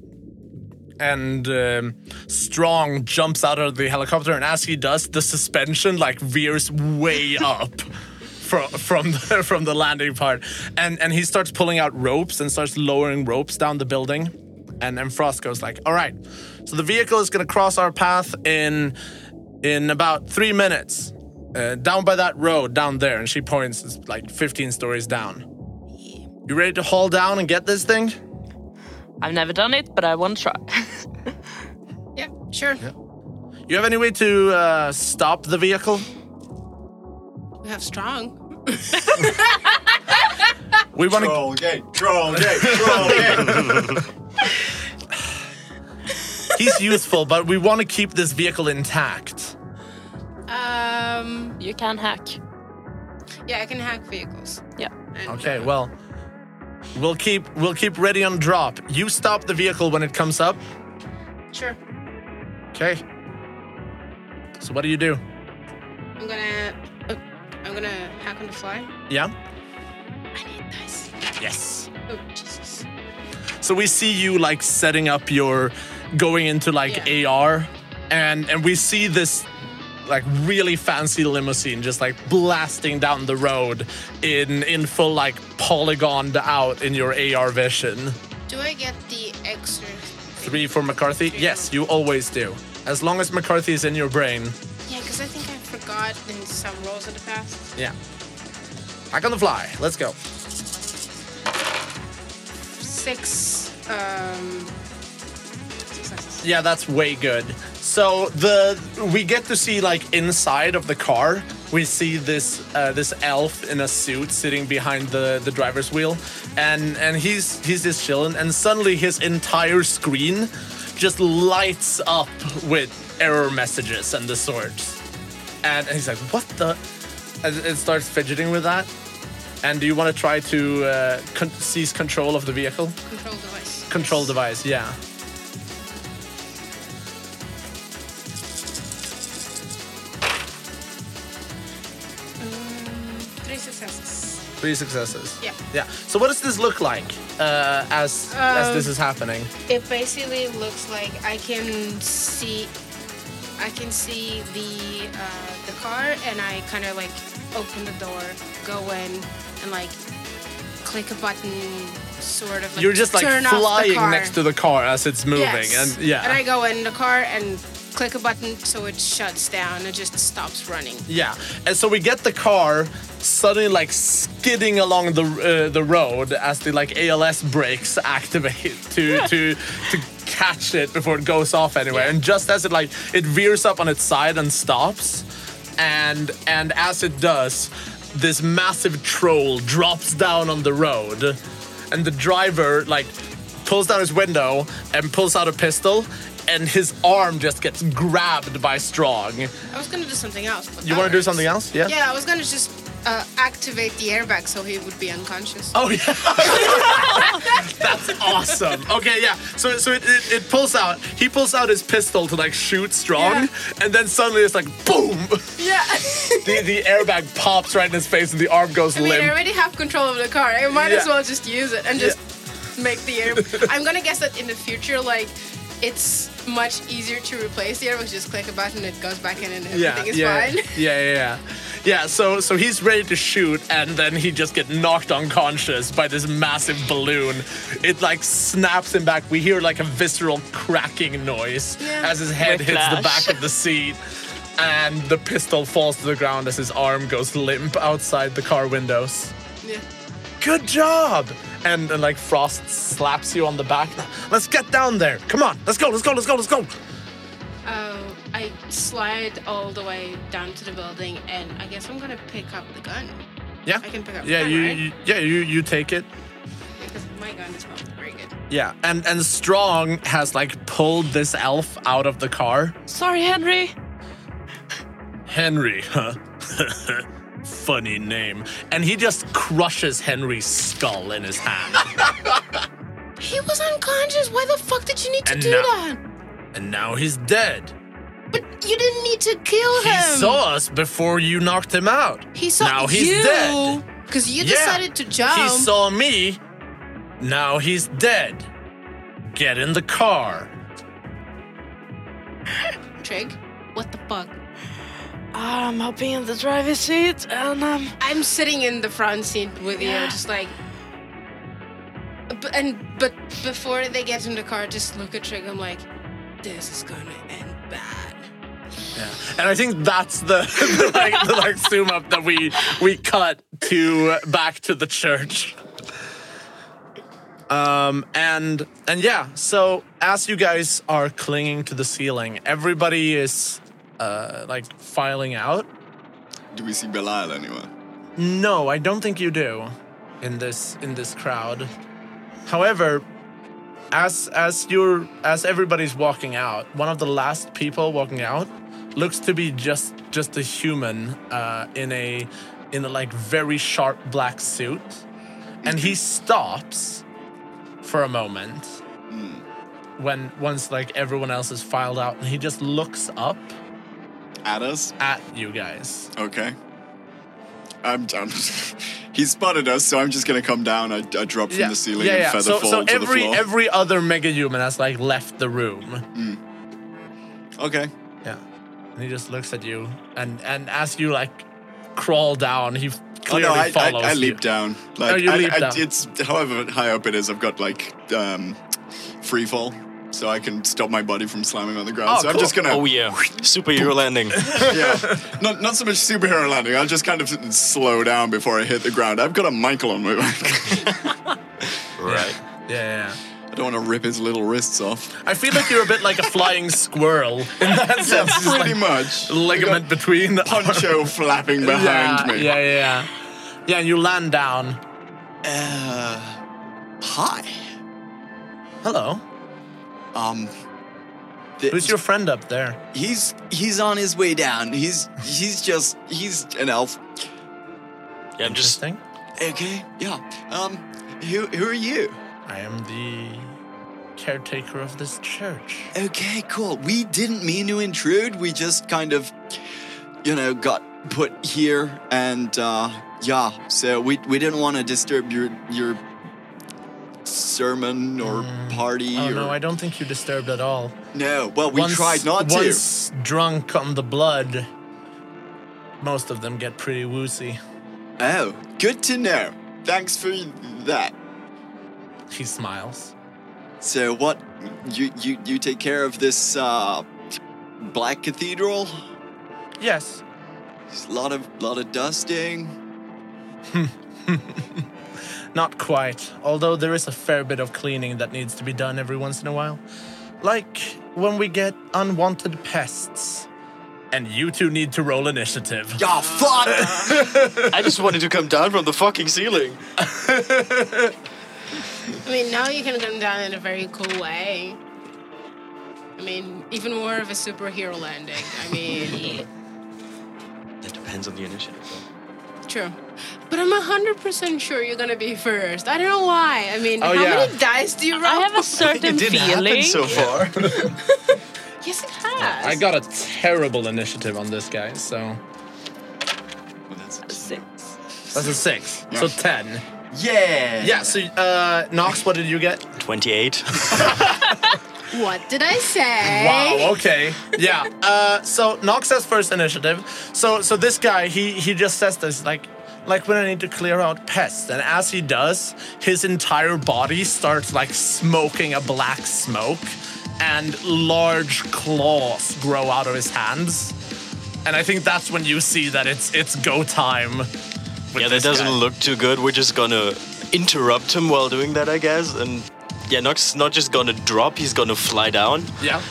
Speaker 2: and um, strong jumps out of the helicopter and as he does the suspension like veers way up from from the, from the landing part, and and he starts pulling out ropes and starts lowering ropes down the building, and and Frost goes like, "All right, so the vehicle is gonna cross our path in in about three minutes, uh, down by that road down there," and she points it's like 15 stories down. You ready to haul down and get this thing?
Speaker 6: I've never done it, but I want to try.
Speaker 3: Yeah, sure.
Speaker 2: You have any way to uh, stop the vehicle?
Speaker 3: We have strong.
Speaker 2: We want to.
Speaker 1: Troll gate, troll gate, troll gate.
Speaker 2: He's useful, but we want to keep this vehicle intact.
Speaker 3: Um,
Speaker 6: you can hack.
Speaker 3: yeah, I can hack vehicles.
Speaker 6: Yeah.
Speaker 3: And,
Speaker 2: Okay,
Speaker 3: uh,
Speaker 2: well, we'll keep we'll keep ready on drop. You stop the vehicle when it comes up.
Speaker 3: Sure.
Speaker 2: Okay. So what do you do?
Speaker 3: I'm gonna. Uh, I'm gonna hack on the fly.
Speaker 2: Yeah.
Speaker 3: I need dice.
Speaker 2: Yes.
Speaker 3: Oh Jesus.
Speaker 2: So we see you like setting up your going into like AR, and and we see this like really fancy limousine just like blasting down the road in in full like polygoned out in your AR vision.
Speaker 3: Do I get the extra?
Speaker 2: Three for McCarthy. Yes, you always do. As long as McCarthy is in your brain.
Speaker 3: Yeah, because I think I forgot in some rolls in the past.
Speaker 2: Yeah. Hack on the fly. Let's go.
Speaker 3: Six. Um. Successes.
Speaker 2: Yeah, that's way good. So the we get to see like inside of the car. We see this uh, this elf in a suit sitting behind the the driver's wheel, and and he's he's just chilling. And suddenly his entire screen just lights up with error messages and the sorts. And, and he's like, "What the?" And it starts fidgeting with that. And do you want to try to uh, con- seize control of the vehicle?
Speaker 3: Control device.
Speaker 2: Control device, yeah.
Speaker 3: Three successes.
Speaker 2: Three successes.
Speaker 3: Yeah.
Speaker 2: Yeah. So what does this look like uh, as as
Speaker 3: Um,
Speaker 2: this is happening?
Speaker 3: It basically looks like I can see, I can see the uh, the car, and I kind of like open the door, go in, and like click a button, sort of. Like,
Speaker 2: You're just like
Speaker 3: turn off the
Speaker 2: flying
Speaker 3: car.
Speaker 2: next to the car as it's moving,
Speaker 3: Yes.
Speaker 2: and yeah,
Speaker 3: And I go in the car and click a button, so it shuts down. It just stops running.
Speaker 2: yeah. And so we get the car suddenly like skidding along the uh, the road as the like ALS brakes activate to to to catch it before it goes off anywhere. And just as it like it veers up on its side and stops, and and as it does, this massive troll drops down on the road, and the driver like pulls down his window and pulls out a pistol. And his arm just gets grabbed by Strong,
Speaker 3: I was gonna do something else. But
Speaker 2: you
Speaker 3: that
Speaker 2: want to do
Speaker 3: works.
Speaker 2: something else? Yeah.
Speaker 3: Yeah, I was gonna just uh, activate the airbag so he would be unconscious.
Speaker 2: Oh yeah. That's awesome. Okay, yeah. So so it, it, it pulls out. He pulls out his pistol to like shoot strong, and then suddenly it's like boom.
Speaker 3: Yeah.
Speaker 2: The the airbag pops right in his face, and the arm goes
Speaker 3: I mean, I
Speaker 2: limp.
Speaker 3: already have control of the car. I might as
Speaker 2: Yeah.
Speaker 3: well just use it and just make the air. I'm gonna guess that in the future, like, it's much easier to replace the airbag. Just click a button, it goes back in, and everything
Speaker 2: Yeah,
Speaker 3: is
Speaker 2: yeah,
Speaker 3: fine.
Speaker 2: yeah, yeah, yeah. Yeah, so so he's ready to shoot, and then he just get knocked unconscious by this massive balloon. It like snaps him back. We hear like a visceral cracking noise
Speaker 3: Yeah.
Speaker 2: as his head hits the
Speaker 6: Whiplash.
Speaker 2: back of the seat, and the pistol falls to the ground as his arm goes limp outside the car windows.
Speaker 3: Yeah.
Speaker 2: Good job! And, and like Frost slaps you on the back. Let's get down there. Come on, let's go, let's go, let's go, let's go.
Speaker 3: Uh, I slide all the way down to the building, and I guess I'm gonna pick up the gun.
Speaker 2: Yeah.
Speaker 3: I can pick up the
Speaker 2: yeah,
Speaker 3: gun,
Speaker 2: you,
Speaker 3: right?
Speaker 2: you yeah, you you take it.
Speaker 3: Because my gun is not very good.
Speaker 2: Yeah, and and Strong has like pulled this elf out of the car.
Speaker 6: Sorry, Henry.
Speaker 2: Henry, huh? funny name. And he just crushes Henry's skull in his hand.
Speaker 3: He was unconscious. Why the fuck did you need to
Speaker 2: And
Speaker 3: do
Speaker 2: now-
Speaker 3: that?
Speaker 2: and now he's dead.
Speaker 3: But you didn't need to kill
Speaker 2: He
Speaker 3: him.
Speaker 2: saw us before you knocked him out.
Speaker 3: He saw
Speaker 2: now he's
Speaker 3: you
Speaker 2: dead.
Speaker 3: because you
Speaker 2: Yeah.
Speaker 3: decided to jump.
Speaker 2: He saw me. Now he's dead. Get in the car.
Speaker 3: Trig, what the fuck?
Speaker 6: I'm hopping in the driver's seat and um.
Speaker 3: I'm sitting in the front seat with you,
Speaker 6: Yeah.
Speaker 3: just like. But, and but before they get in the car, just look at Trig. I'm like, this is gonna end bad.
Speaker 2: Yeah. And I think that's the, the, like, the like zoom up that we we cut to uh, back to the church. Um and and yeah, so as you guys are clinging to the ceiling, everybody is uh like filing out.
Speaker 1: Do we see Belial anywhere?
Speaker 2: No, I don't think you do in this in this crowd. However, as as you're as everybody's walking out, one of the last people walking out looks to be just just a human uh, in a in a like very sharp black suit, and he stops for a moment when once like everyone else is filed out, and he just looks up
Speaker 1: At us?
Speaker 2: at you guys.
Speaker 1: Okay. I'm done. he spotted us, so I'm just gonna come down. I, I drop from the ceiling and feather
Speaker 2: so,
Speaker 1: fall
Speaker 2: so
Speaker 1: to
Speaker 2: every
Speaker 1: the floor.
Speaker 2: every other mega human has like left the room.
Speaker 1: okay. Oh,
Speaker 2: Yeah, and he just looks at you, and and as you like crawl down, he
Speaker 1: Oh,
Speaker 2: clearly
Speaker 1: no, I, I,
Speaker 2: follows
Speaker 1: I
Speaker 2: you.
Speaker 1: leap down. Like,
Speaker 2: you
Speaker 1: I,
Speaker 2: leap
Speaker 1: I-
Speaker 2: down.
Speaker 1: It's however high up it is. I've got like um, free fall, so I can stop my body from slamming on the ground.
Speaker 2: Oh,
Speaker 1: so I'm just gonna.
Speaker 7: Oh yeah, superhero landing.
Speaker 1: yeah, not not so much superhero landing. I'll just kind of slow down before I hit the ground. I've got a Michael on my back.
Speaker 7: right.
Speaker 2: Yeah, yeah,
Speaker 1: I don't want to rip his little wrists off.
Speaker 2: yeah. I feel like you're a bit like a flying squirrel in that sense. It's like
Speaker 1: Pretty much.
Speaker 2: ligament between the
Speaker 1: Poncho flapping behind
Speaker 2: yeah,
Speaker 1: me.
Speaker 2: Yeah, yeah, yeah. Yeah, and you land down.
Speaker 1: Uh, hi.
Speaker 2: Hello,
Speaker 1: Um. th-
Speaker 2: who's your friend up there?
Speaker 1: He's he's on his way down. He's he's just he's an elf.
Speaker 7: Yeah, I'm just
Speaker 2: Interesting.
Speaker 1: Okay. Yeah. Um. Who who are you?
Speaker 2: I am the caretaker of this church.
Speaker 1: Okay. Cool. We didn't mean to intrude. We just kind of, you know, got put here, and uh, yeah. So we we didn't want to disturb your your sermon or party.
Speaker 2: Oh
Speaker 1: or,
Speaker 2: no, I don't think you disturbed at all.
Speaker 1: No. Well, we
Speaker 2: Once-
Speaker 1: tried not to.
Speaker 2: once drunk on the blood, most of them get pretty woozy.
Speaker 1: Oh, good to know. Thanks for that.
Speaker 2: He smiles.
Speaker 1: So what you you you take care of this uh black cathedral?
Speaker 2: Yes.
Speaker 1: There's a lot of lot of dusting.
Speaker 2: Not quite, although there is a fair bit of cleaning that needs to be done every once in a while. Like when we get unwanted pests. And you two need to roll initiative.
Speaker 1: Yeah, fuck.
Speaker 7: I just wanted to come down from the fucking ceiling.
Speaker 3: I mean, now you can come down in a very cool way. I mean, even more of a superhero landing. I mean,
Speaker 7: That depends on the initiative.
Speaker 3: true. But I'm 100% sure you're gonna be first. I don't know why. I mean,
Speaker 2: Oh,
Speaker 3: how
Speaker 2: yeah.
Speaker 3: many dice do you roll?
Speaker 6: I have a certain feeling.
Speaker 7: far.
Speaker 3: yes, it has.
Speaker 2: I got a terrible initiative on this guy, so
Speaker 6: Six.
Speaker 2: that's a six. So ten.
Speaker 1: yeah.
Speaker 2: Yeah. So, uh, Nox, what did you get?
Speaker 7: Twenty-eight.
Speaker 3: What did I say?
Speaker 2: Wow. Okay. Yeah. Uh, so Nox has first initiative. So so this guy he he just says this like like when I need to clear out pests, and as he does, his entire body starts like smoking a black smoke, and large claws grow out of his hands, and I think that's when you see that it's it's go time. with
Speaker 7: Yeah, that
Speaker 2: this
Speaker 7: doesn't
Speaker 2: guy.
Speaker 7: look too good. We're just gonna interrupt him while doing that, I guess. And yeah, Nox not just gonna drop, he's gonna fly down.
Speaker 2: Yeah.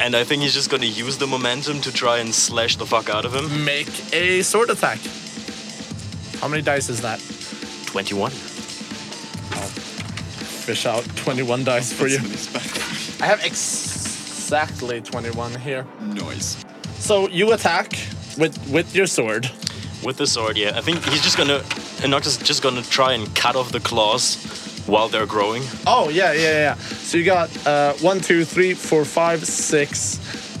Speaker 7: And I think he's just gonna use the momentum to try and slash the fuck out of him.
Speaker 2: Make a sword attack. How many dice is that?
Speaker 7: 21.
Speaker 2: Fish out 21 dice for you.
Speaker 1: Somebody's back.
Speaker 2: I have exactly 21 here.
Speaker 1: Noise.
Speaker 2: So you attack with with your sword.
Speaker 7: With the sword, yeah. I think he's just gonna. Enox is just gonna try and cut off the claws while they're growing.
Speaker 2: Oh yeah, yeah, yeah. So you got uh, one, two, three, four, five, six,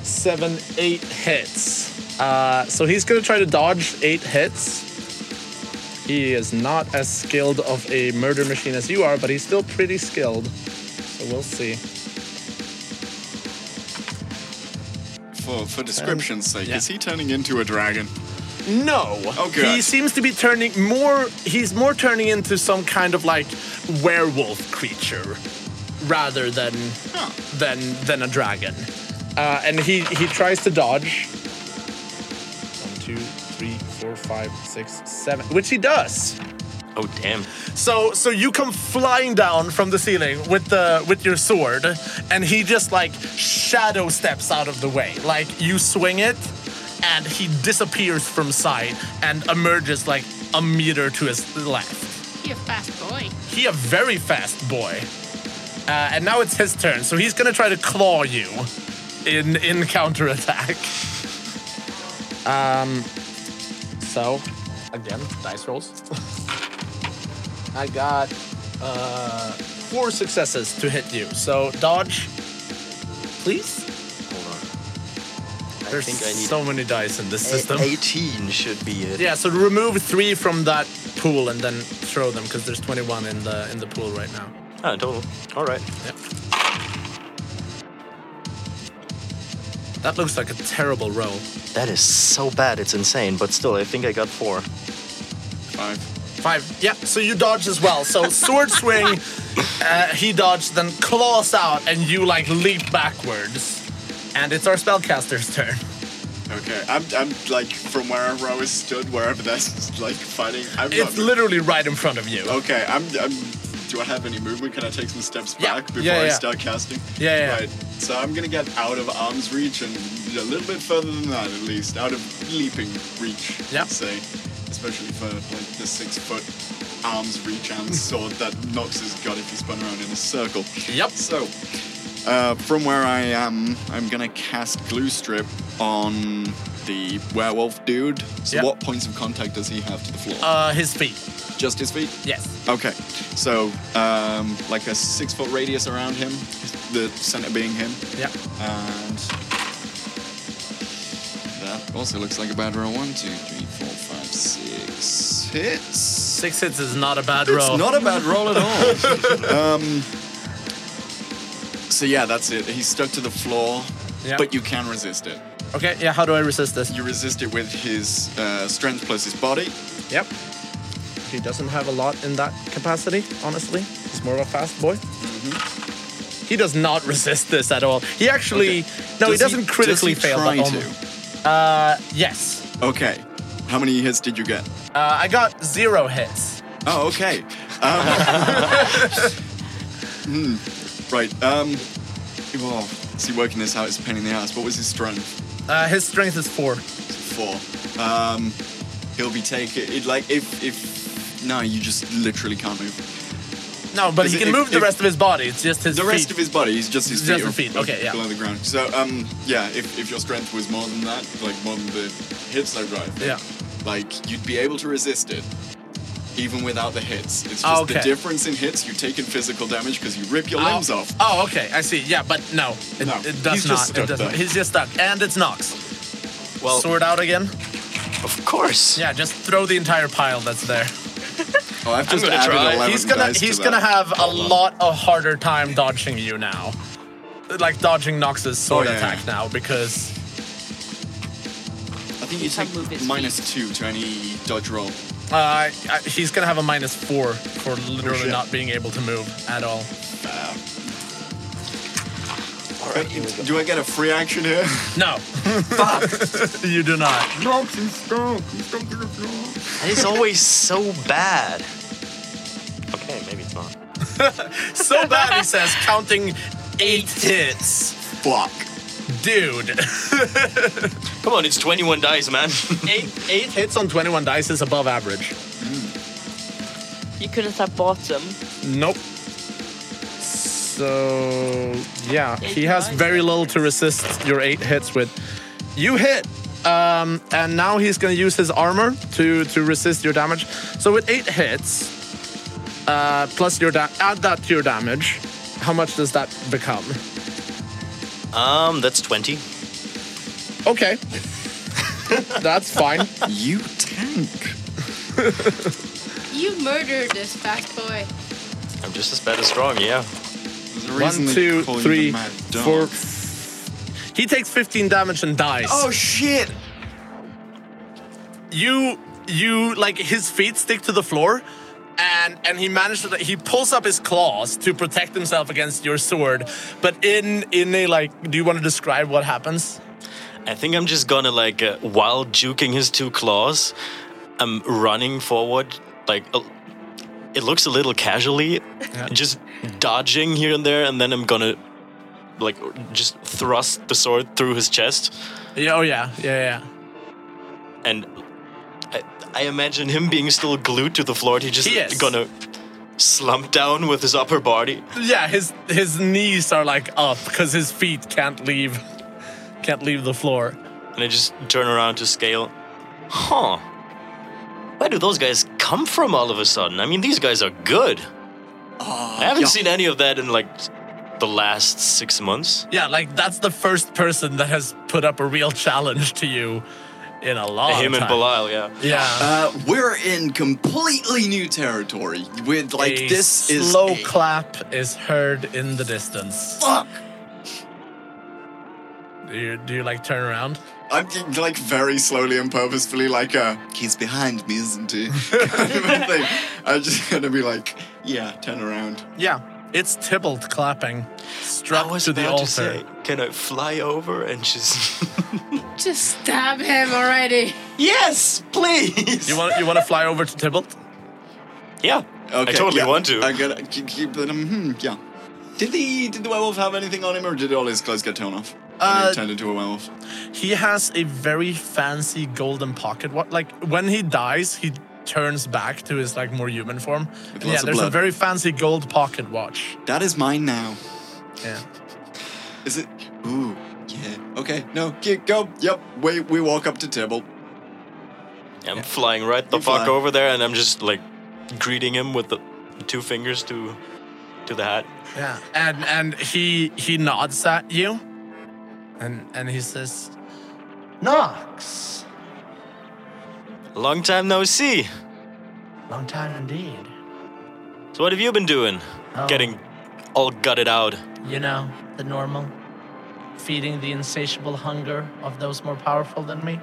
Speaker 2: seven, eight hits. Uh, so he's gonna try to dodge eight hits. He is not as skilled of a murder machine as you are, but he's still pretty skilled. So we'll see.
Speaker 1: For, for description's
Speaker 2: Um,
Speaker 1: sake, is he turning into a dragon?
Speaker 2: No.
Speaker 1: Oh, good.
Speaker 2: He seems to be turning more. He's more turning into some kind of like werewolf creature, rather than
Speaker 1: Huh.
Speaker 2: than than a dragon. Uh, and he he tries to dodge. One, two, three, four, five, six, seven. Which he does.
Speaker 7: Oh damn!
Speaker 2: So so you come flying down from the ceiling with the with your sword, and he just like shadow steps out of the way. Like you swing it, and he disappears from sight and emerges like a meter to his left.
Speaker 3: You fast boy.
Speaker 2: He a very fast boy. Uh, and now it's his turn, so he's gonna try to claw you in in counterattack. Um so again, dice rolls. I got uh four successes to hit you. So dodge please. There's
Speaker 7: think I need-
Speaker 2: so many dice in this system.
Speaker 7: 18 should be it.
Speaker 2: Yeah, so remove three from that pool and then throw them because there's 21 in the in the pool right now.
Speaker 7: Ah, total. All right.
Speaker 2: Yep. That looks like a terrible roll.
Speaker 7: That is so bad. It's insane. But still, I think I got four.
Speaker 1: Five.
Speaker 2: Five. Yeah, so you dodge as well. So sword swing, uh, he dodged, then claws out, and you like leap backwards. And it's our spellcaster's turn.
Speaker 1: Okay, I'm, I'm like from wherever I was stood, wherever that's like fighting. I'm
Speaker 2: It's
Speaker 1: not,
Speaker 2: literally right in front of you.
Speaker 1: Okay, I'm, I'm. Do I have any movement? Can I take some steps
Speaker 2: Yeah.
Speaker 1: back before
Speaker 2: Yeah,
Speaker 1: I
Speaker 2: yeah.
Speaker 1: start casting?
Speaker 2: Yeah, yeah.
Speaker 1: Right. So I'm gonna get out of arm's reach and a little bit further than that, at least, out of leaping reach.
Speaker 2: Yeah.
Speaker 1: I'd Say, especially for like the six foot arms reach and sword that Nox has got if he's spun around in a circle.
Speaker 2: Yep.
Speaker 1: So, uh, from where I am, I'm gonna cast glue strip on the werewolf dude. So
Speaker 2: Yep.
Speaker 1: what points of contact does he have to the floor?
Speaker 2: Uh, his feet.
Speaker 1: Just his feet.
Speaker 2: Yes.
Speaker 1: Okay, so um, like a six foot radius around him, the center being him,
Speaker 2: Yep.
Speaker 1: and that also looks like a bad roll. One, two, three, four, five, six hits.
Speaker 2: Six hits is not a bad roll.
Speaker 1: It's not a bad roll at all. um, so yeah, that's it. He's stuck to the floor,
Speaker 2: Yeah.
Speaker 1: but you can resist it.
Speaker 2: okay. Yeah. How do I resist this?
Speaker 1: You resist it with his uh, strength plus his body.
Speaker 2: Yep. He doesn't have a lot in that capacity, honestly. He's more of a fast boy. He does not resist this at all. He actually, no, he doesn't critically
Speaker 1: Mm-hmm.
Speaker 2: fail.
Speaker 1: does he Try
Speaker 2: but
Speaker 1: to.
Speaker 2: almost- Yes.
Speaker 1: Okay. How many hits did you get?
Speaker 2: Uh, I got zero hits.
Speaker 1: Oh, okay. Um, hmm, right. Um, well, see, working this out is a pain in the ass. What was his strength?
Speaker 2: Uh, his strength is four.
Speaker 1: Four. Um, he'll be taking it like if if no, you just literally can't move.
Speaker 2: No, but
Speaker 1: Is
Speaker 2: he
Speaker 1: it-
Speaker 2: can
Speaker 1: if-
Speaker 2: move the
Speaker 1: if-
Speaker 2: rest of his body. It's just his
Speaker 1: The rest
Speaker 2: feet.
Speaker 1: of his body, he's just his
Speaker 2: Just
Speaker 1: feet,
Speaker 2: the
Speaker 1: are
Speaker 2: feet,
Speaker 1: are
Speaker 2: okay, yeah.
Speaker 1: below the ground. So, um, yeah, if, if your strength was more than that, like more than the hits I got,
Speaker 2: Yeah.
Speaker 1: like you'd be able to resist it even without the hits. It's just
Speaker 2: Oh,
Speaker 1: the
Speaker 2: okay.
Speaker 1: difference in hits. You take in physical damage because you rip your limbs
Speaker 2: oh,
Speaker 1: off.
Speaker 2: oh, okay. I see. Yeah, but no, it,
Speaker 1: No,
Speaker 2: it does
Speaker 1: he's just
Speaker 2: not.
Speaker 1: stuck
Speaker 2: it does not.
Speaker 1: there.
Speaker 2: He's just stuck, and it's Nox.
Speaker 7: Well,
Speaker 2: Sword out again.
Speaker 7: of course.
Speaker 2: Yeah, just throw the entire pile that's there.
Speaker 1: Oh, I've just
Speaker 7: gonna
Speaker 1: added
Speaker 7: try.
Speaker 1: 11
Speaker 2: he's gonna
Speaker 1: dice to
Speaker 2: he's
Speaker 1: that.
Speaker 2: gonna have a
Speaker 1: Hold on.
Speaker 2: lot of harder time dodging you now like dodging Nox's sword
Speaker 1: Oh, yeah,
Speaker 2: attack
Speaker 1: yeah.
Speaker 2: now because
Speaker 1: I think you
Speaker 6: can't move his
Speaker 1: take minus two to any dodge roll.
Speaker 2: uh, I- he's gonna have a minus four for literally
Speaker 1: shit.
Speaker 2: not being able to move at all.
Speaker 1: But do I get a free action here?
Speaker 2: No, you do not.
Speaker 1: Nox is stuck. He's stuck to the floor.
Speaker 7: That is always so bad. Okay, maybe it's not.
Speaker 2: So bad he says, counting eight hits,
Speaker 1: Fuck.
Speaker 2: dude.
Speaker 7: Come on, it's 21 dice, man.
Speaker 2: Eight eight hits on twenty one dice is above average.
Speaker 6: You couldn't have bought them.
Speaker 2: Nope. So yeah,
Speaker 6: Eight
Speaker 2: he has
Speaker 6: dice.
Speaker 2: very little to resist your eight hits with. You hit, Um, and now he's gonna use his armor to to resist your damage. So with eight hits, uh, plus your da- add that to your damage. How much does that become?
Speaker 7: Um, that's 20.
Speaker 2: Okay, that's fine.
Speaker 1: You tank.
Speaker 3: You murdered this fat boy.
Speaker 7: I'm just as bad as strong, yeah.
Speaker 1: The
Speaker 2: One,
Speaker 1: reason they
Speaker 2: two,
Speaker 1: call you the
Speaker 2: three,
Speaker 1: Mad Dog.
Speaker 2: four. He takes 15 damage and dies.
Speaker 1: Oh shit!
Speaker 2: you you like his feet stick to the floor and and he manages to he pulls up his claws to protect himself against your sword but in in a like do you want to describe what happens
Speaker 7: I think I'm just gonna, like, uh, while juking his two claws, I'm running forward, like, a it looks a little casually, just dodging here and there, and then I'm gonna, like, just thrust the sword through his chest.
Speaker 2: yeah oh yeah yeah yeah
Speaker 7: and I, I imagine him being still glued to the floor. He just
Speaker 2: He is.
Speaker 7: gonna slump down with his upper body.
Speaker 2: yeah his his knees are like up because his feet can't leave can't leave the floor
Speaker 7: And I just turn around to scale. Huh. Where do those guys come from all of a sudden? I mean, these guys are good.
Speaker 2: Ah,
Speaker 7: I haven't
Speaker 1: yeah.
Speaker 7: seen any of that in like the last six months.
Speaker 2: yeah like that's the first person that has put up a real challenge to you in a long
Speaker 7: him
Speaker 2: time.
Speaker 7: and Belial, yeah.
Speaker 2: yeah
Speaker 1: Uh, we're in completely new territory. With like
Speaker 2: A
Speaker 1: this is
Speaker 2: slow
Speaker 1: a-
Speaker 2: clap is heard in the distance.
Speaker 1: fuck.
Speaker 2: Do you, do you like turn around?
Speaker 1: I'm getting, like very slowly and purposefully like uh he's behind me, isn't he? kind of a thing. I'm just gonna be like, yeah, turn around.
Speaker 2: Yeah, it's Tybalt clapping,
Speaker 7: I
Speaker 2: struck
Speaker 7: was
Speaker 2: to the
Speaker 7: about
Speaker 2: altar.
Speaker 7: to say, can I fly over and just?
Speaker 3: Just stab him already.
Speaker 7: yes, please.
Speaker 2: you want you want to fly over to Tybalt?
Speaker 7: yeah,
Speaker 2: Oh,
Speaker 7: I totally
Speaker 1: yeah,
Speaker 7: want to.
Speaker 1: I'm gonna keep, keep it. Um, hmm, yeah. Did the did the werewolf have anything on him, or did all his clothes get torn off? when
Speaker 2: Uh,
Speaker 1: he turned into a werewolf.
Speaker 2: He has a very fancy golden pocket. What like when he dies, he turns back to his like more human form. And yeah,
Speaker 1: lots of
Speaker 2: there's a
Speaker 1: blood.
Speaker 2: very fancy gold pocket watch.
Speaker 1: That is mine now.
Speaker 2: Yeah.
Speaker 1: Is it? Ooh, yeah. Okay, no, keep, go. Yep. We we walk up to Tibble.
Speaker 7: I'm flying right the
Speaker 1: You
Speaker 7: fuck
Speaker 1: fly.
Speaker 7: over there, and I'm just like greeting him with the two fingers to to the hat.
Speaker 2: Yeah. And and he he nods at you. And and he says, Knox.
Speaker 7: Long time no see.
Speaker 2: Long time indeed.
Speaker 7: So what have you been doing?
Speaker 4: Oh.
Speaker 7: Getting all gutted out.
Speaker 4: You know, the normal. Feeding the insatiable hunger of those more powerful than me.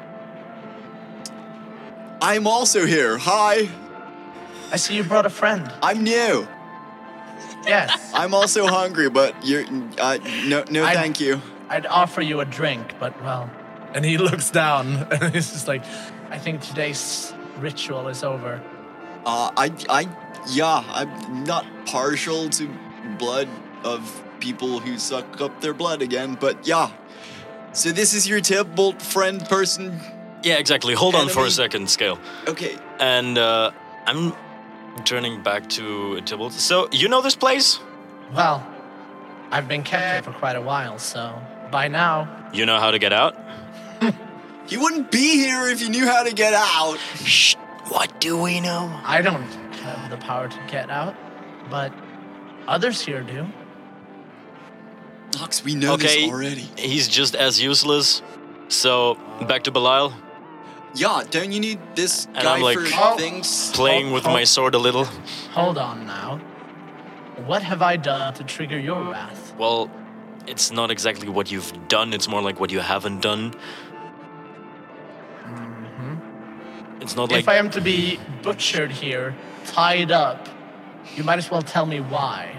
Speaker 1: I'm also here. Hi.
Speaker 4: I see you brought a friend.
Speaker 1: I'm new.
Speaker 4: Yes.
Speaker 1: I'm also hungry, but you. Uh, no, no,
Speaker 4: I-
Speaker 1: thank you.
Speaker 4: I'd offer you a drink, but well,
Speaker 2: And he looks down and he's just like,
Speaker 4: I think today's ritual is over.
Speaker 1: Uh, I, I, yeah, I'm not partial to blood of people who suck up their blood again, but yeah. So this is your table friend person.
Speaker 7: Yeah, exactly. Hold on for a
Speaker 1: Enemy.
Speaker 7: second, scale.
Speaker 1: Okay.
Speaker 7: And uh, I'm turning back to Tybalt. So you know this place?
Speaker 4: Well, I've been kept here for quite a while, so by now,
Speaker 7: You know how to get out?
Speaker 1: You wouldn't be here if you knew how to get out.
Speaker 7: Shh. What do we know?
Speaker 4: I don't have the power to get out, but others here do.
Speaker 1: Knox, we know
Speaker 7: Okay.
Speaker 1: this already.
Speaker 7: He's just as useless. So back to Belial,
Speaker 1: Yeah, don't you need this
Speaker 7: And
Speaker 1: guy
Speaker 7: I'm like-
Speaker 1: for
Speaker 4: Oh.
Speaker 1: things?
Speaker 7: playing with my sword a little.
Speaker 4: Hold on now. What have I done to trigger your wrath?
Speaker 7: Well, it's not exactly what you've done, it's more like what you haven't done. It's not like
Speaker 4: if I am to be butchered here, tied up, you might as well tell me why.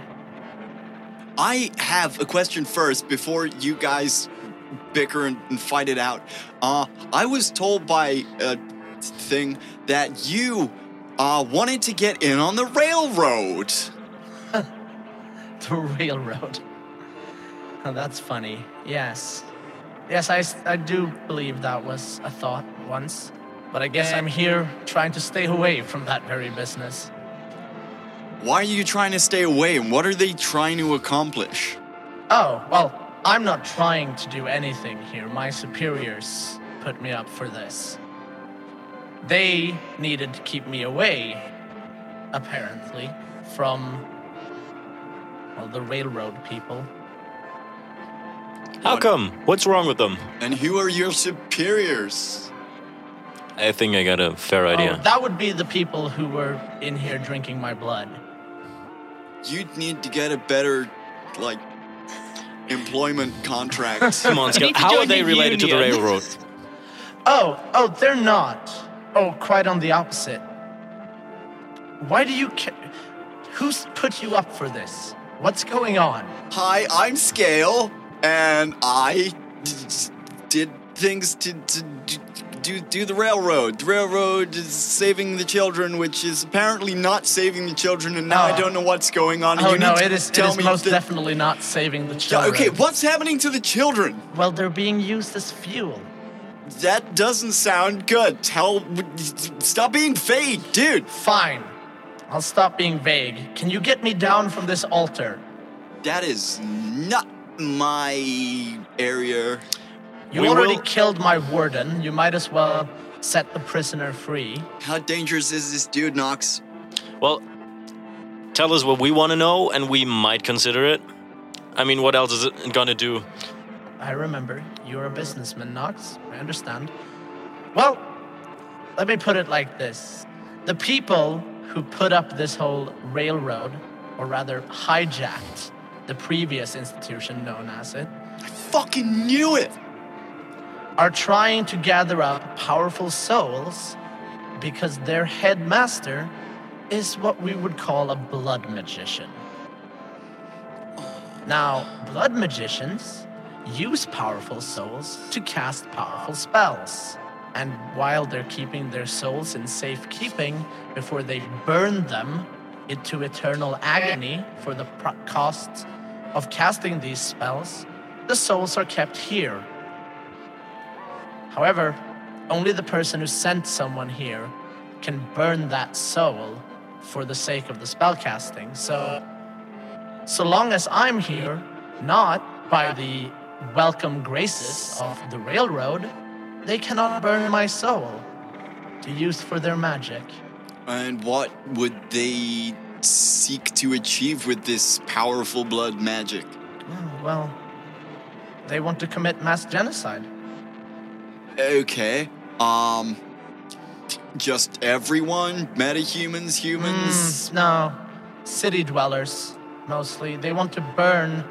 Speaker 1: I have a question first before you guys bicker and, and fight it out. Uh, I was told by a thing that you uh, wanted to get in on the railroad.
Speaker 4: The railroad. Oh, that's funny. Yes. Yes, I, s- I do believe that was a thought once. But I guess I'm here trying to stay away from that very business.
Speaker 1: Why are you trying to stay away and what are they trying to accomplish?
Speaker 4: Oh, well, I'm not trying to do anything here. My superiors
Speaker 2: put me up for this. They needed to keep me away, apparently, from well, the railroad people.
Speaker 7: How come? What's wrong with them?
Speaker 1: And who are your superiors?
Speaker 7: I think I got a fair idea.
Speaker 2: Oh, that would be the people who were in here drinking my blood.
Speaker 1: You'd need to get a better, like, employment contract.
Speaker 7: Come on, Scott.
Speaker 8: need to
Speaker 7: How are
Speaker 8: join
Speaker 7: they
Speaker 8: the
Speaker 7: related to the
Speaker 8: union.
Speaker 7: railroad?
Speaker 2: Oh, oh, they're not. Oh, quite on the opposite. Why do you care? Who's put you up for this? What's going on?
Speaker 1: Hi, I'm Scale, and I d- d- did things to, to d- do do the railroad. The railroad is saving the children, which is apparently not saving the children, and now I
Speaker 2: Oh.
Speaker 1: don't know what's going on.
Speaker 2: Oh
Speaker 1: you
Speaker 2: no,
Speaker 1: need to
Speaker 2: it is, it
Speaker 1: tell
Speaker 2: is
Speaker 1: me
Speaker 2: most
Speaker 1: the-
Speaker 2: definitely not saving the
Speaker 1: Yeah,
Speaker 2: children.
Speaker 1: okay, what's happening to the children?
Speaker 2: Well, they're being used as fuel.
Speaker 1: That doesn't sound good. Tell, stop being fake, dude.
Speaker 2: Fine. I'll stop being vague. Can you get me down from this altar?
Speaker 1: That is not my area.
Speaker 2: You
Speaker 7: We
Speaker 2: already
Speaker 7: will-
Speaker 2: killed my warden. You might as well set the prisoner free.
Speaker 1: How dangerous is this dude, Knox?
Speaker 7: Well, tell us what we want to know, and we might consider it. I mean, what else is it gonna do?
Speaker 2: I remember. You're a businessman, Knox. I understand. Well, let me put it like this The people who put up this whole railroad, or rather hijacked the previous institution known as it,
Speaker 1: Fucking knew it.
Speaker 2: are trying to gather up powerful souls because their headmaster is what we would call a blood magician. Now, blood magicians use powerful souls to cast powerful spells. And while they're keeping their souls in safekeeping before they burn them into eternal agony for the pro- cost of casting these spells, the souls are kept here However, only the person who sent someone here can burn that soul for the sake of the spellcasting. So, so long as I'm here, not by the welcome graces of the railroad, they cannot burn my soul to use for their magic.
Speaker 1: And what would they seek to achieve with this powerful blood magic?
Speaker 2: Oh, well, they want to commit mass genocide.
Speaker 1: Okay. Um just everyone, metahumans, humans.
Speaker 2: Mm, no, city dwellers mostly. They want to burn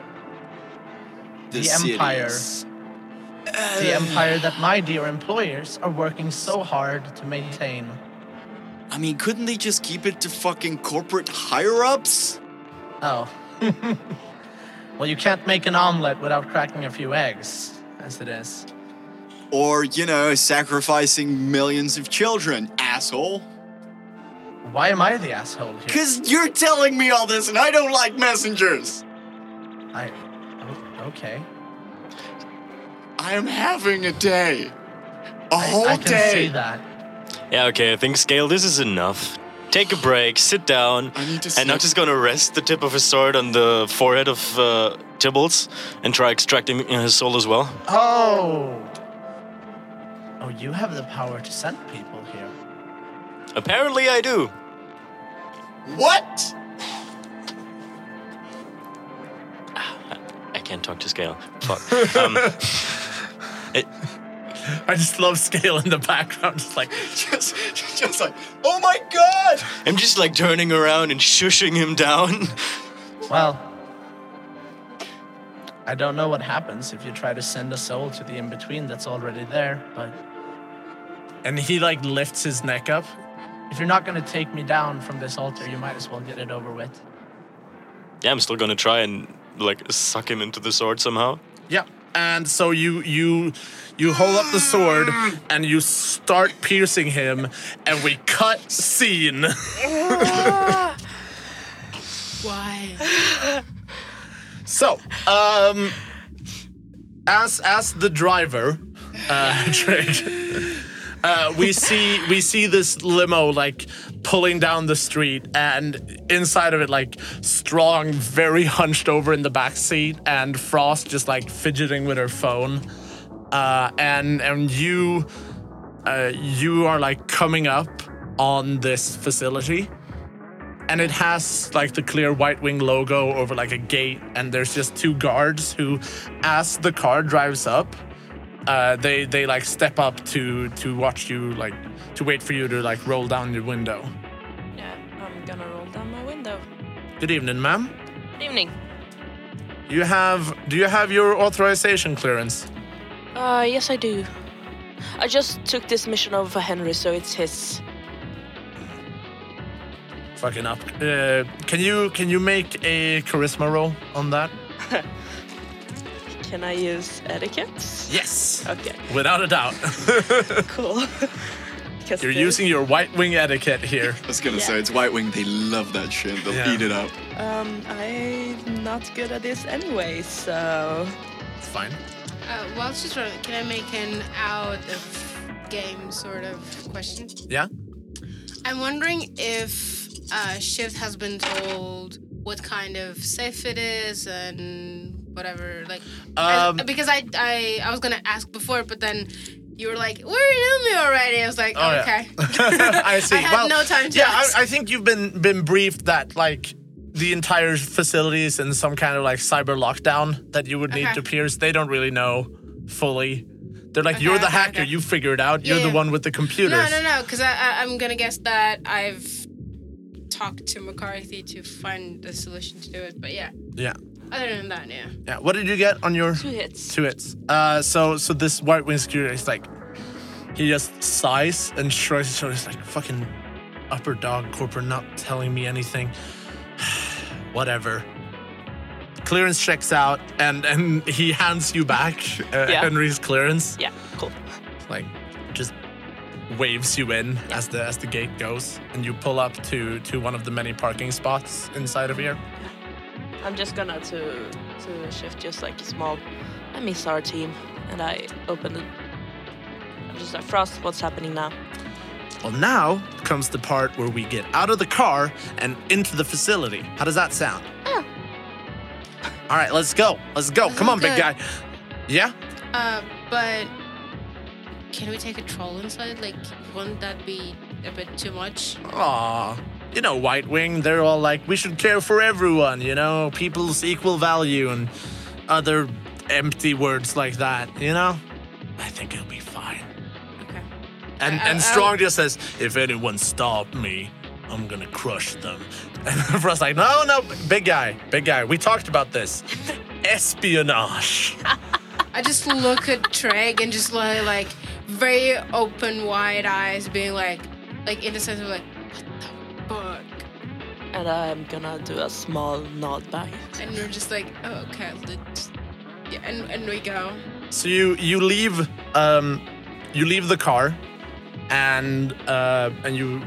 Speaker 2: Mm, the, empire.
Speaker 1: cities. Uh,
Speaker 2: the empire that my dear employers are working so hard to maintain.
Speaker 1: I mean, couldn't they just keep it to fucking corporate higher-ups?
Speaker 2: Oh. well, you can't make an omelet without cracking a few eggs, as it is.
Speaker 1: Or, you know, sacrificing millions of children, asshole.
Speaker 2: Why am I the asshole here?
Speaker 1: Cause you're telling me all this and I don't like messengers.
Speaker 2: I. o- Okay.
Speaker 1: I am having a day. A
Speaker 2: I-
Speaker 1: whole
Speaker 2: I, can
Speaker 1: day.
Speaker 2: see that.
Speaker 7: Yeah, okay, I think scale. This is enough. Take a break, sit down,
Speaker 1: I need to
Speaker 7: and
Speaker 1: sleep.
Speaker 7: Nox is gonna rest the tip of his sword on the forehead of uh, Tibbles and try extracting uh, his soul as well.
Speaker 2: Oh. Oh, you have the power to send people here.
Speaker 7: Apparently, I do.
Speaker 1: What?
Speaker 7: I can't talk to scale. Fuck. Um, it,
Speaker 9: I just love scale in the background, just like
Speaker 1: just, just like, oh my god!
Speaker 7: I'm just like turning around and shushing him down.
Speaker 2: Well. I don't know what happens if you try to send a soul to the in between that's already there, but
Speaker 9: and he like lifts his neck up.
Speaker 2: If you're not gonna take me down from this altar, you might as well get it over with.
Speaker 7: Yeah, I'm still gonna try and like suck him into the sword somehow.
Speaker 9: Yeah. And so you you you hold up the sword and you start piercing him and we cut scene.
Speaker 3: Why?
Speaker 9: So, um as as the driver uh Drake, uh, we see we see this limo like pulling down the street and inside of it like strong very hunched over in the back seat and Frost just like fidgeting with her phone.
Speaker 2: uh, and and you uh, you are like coming up on this facility, and it has like the clear White Wing logo over like a gate, and there's just two guards who, as the car drives up, uh, they they like step up to to watch you like to wait for you to like roll down your window.
Speaker 6: Yeah, I'm gonna roll down my window.
Speaker 2: Good evening, ma'am.
Speaker 6: Good evening.
Speaker 2: You have do you have your authorization clearance?
Speaker 6: Uh, yes, I do. I just took this mission over for Henry, so it's his.
Speaker 2: Fucking up. Uh, can you can you make a charisma roll on that?
Speaker 6: Can I use etiquette?
Speaker 2: Yes.
Speaker 6: Okay,
Speaker 2: Without a doubt.
Speaker 6: cool. Because
Speaker 2: You're
Speaker 6: there-
Speaker 2: using your white wing etiquette here.
Speaker 1: I was gonna
Speaker 6: Yeah.
Speaker 1: say it's White Wing. They love that shit. They'll
Speaker 2: Yeah.
Speaker 1: eat it up.
Speaker 6: Um, I'm not good at this anyway, so.
Speaker 2: It's fine.
Speaker 3: Uh, while she's running, can I make an out of game sort of question?
Speaker 2: Yeah?
Speaker 3: I'm wondering if uh, Shift has been told what kind of safe it is and whatever. Like, I-
Speaker 2: Um,
Speaker 3: because I, I I was gonna ask before, but then you were like, "We're in Umi already." I was like,
Speaker 2: Oh, yeah.
Speaker 3: "Okay."
Speaker 2: I see.
Speaker 3: I had
Speaker 2: well,
Speaker 3: no time to
Speaker 2: yeah,
Speaker 3: ask.
Speaker 2: I, I think you've been been briefed that like the entire facility is in some kind of like cyber lockdown that you would need
Speaker 3: Okay.
Speaker 2: to pierce. They don't really know fully. They're like, you're
Speaker 3: Okay,
Speaker 2: the
Speaker 3: okay,
Speaker 2: hacker.
Speaker 3: okay.
Speaker 2: You figure it out. You're
Speaker 3: Yeah,
Speaker 2: the
Speaker 3: yeah.
Speaker 2: one with the computers.
Speaker 3: No, no, no. Because I, I, I'm gonna guess that I've talked to McCarthy to find a solution to do it. But yeah,
Speaker 2: Yeah.
Speaker 3: other than that, yeah.
Speaker 2: Yeah. What did you get on your
Speaker 6: Two hits.
Speaker 2: two hits. Uh, so so this white winged security is like, he just sighs and shrugs his shoulders like fucking upper dog corporate not telling me anything. Whatever. Clearance checks out and and he hands you back uh,
Speaker 6: Yeah.
Speaker 2: Henry's clearance.
Speaker 6: Yeah, cool.
Speaker 2: Like just waves you in as the as the gate goes and you pull up to to one of the many parking spots inside of here.
Speaker 6: I'm just gonna to to shift just like small. I miss our team, and I open it. I'm just like Frost. What's happening now?
Speaker 2: Well, now comes the part where we get out of the car and into the facility. How does that sound? All right, let's go. Let's go. Come on, big
Speaker 3: Good.
Speaker 2: guy. Yeah?
Speaker 3: Uh, but can we take a troll inside? Like, wouldn't that be a bit too much?
Speaker 2: Aw. You know, White Wing, they're all like, we should care for everyone, you know, people's equal value and other empty words like that, you know? I think it'll be fine.
Speaker 3: Okay.
Speaker 2: And
Speaker 3: I- I-
Speaker 2: and
Speaker 3: I-
Speaker 2: Strong just says, if anyone stop me, I'm gonna crush them. And Frost's like, no, no, big guy, big guy. We talked about this. Espionage.
Speaker 3: I just look at Treg and just like, like very open, wide eyes, being like, like in a sense of like, what the fuck?
Speaker 6: And I'm gonna do a small nod back.
Speaker 3: And we're just like, oh, okay, let's. Yeah, and, and we go.
Speaker 2: So you you leave um you leave the car and uh and you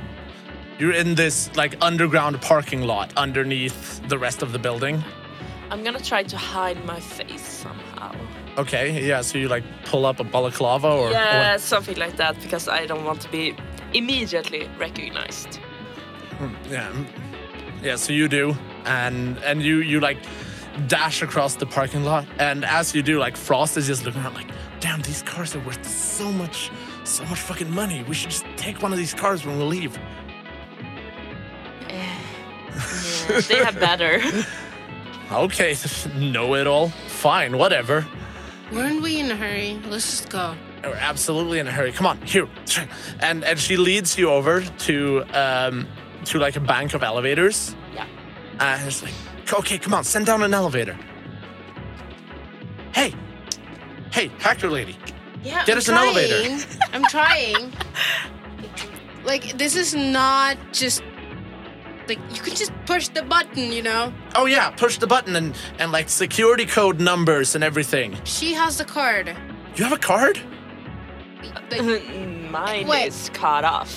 Speaker 2: you're in this like underground parking lot underneath the rest of the building.
Speaker 6: I'm gonna try to hide my face somehow.
Speaker 2: Okay, yeah, so you like pull up a balaclava or
Speaker 6: yeah, something like that, because I don't want to be immediately recognized.
Speaker 2: Yeah. mm. Yeah, so you do. And and you you like dash across the parking lot and as you do like Frost is just looking around like, "Damn, these cars are worth so much so much fucking money. We should just take one of these cars when we leave."
Speaker 6: Yeah, they have better.
Speaker 2: Okay, know it all. Fine, whatever.
Speaker 3: Weren't we in a hurry? Let's just go.
Speaker 2: We're Oh, absolutely in a hurry. Come on, here. And and she leads you over to um to like a bank of elevators.
Speaker 6: yeah.
Speaker 2: And it's like, okay, come on, send down an elevator. Hey, hey, hacker lady.
Speaker 3: Yeah,
Speaker 2: Get us an elevator.
Speaker 3: trying. I'm trying. like, this is not just. Like, you can just push the button, you know?
Speaker 2: Oh yeah, push the button and and like security code numbers and everything.
Speaker 3: She has the card.
Speaker 2: You have a card?
Speaker 3: Like,
Speaker 6: Mine
Speaker 3: Wait.
Speaker 6: is cut off.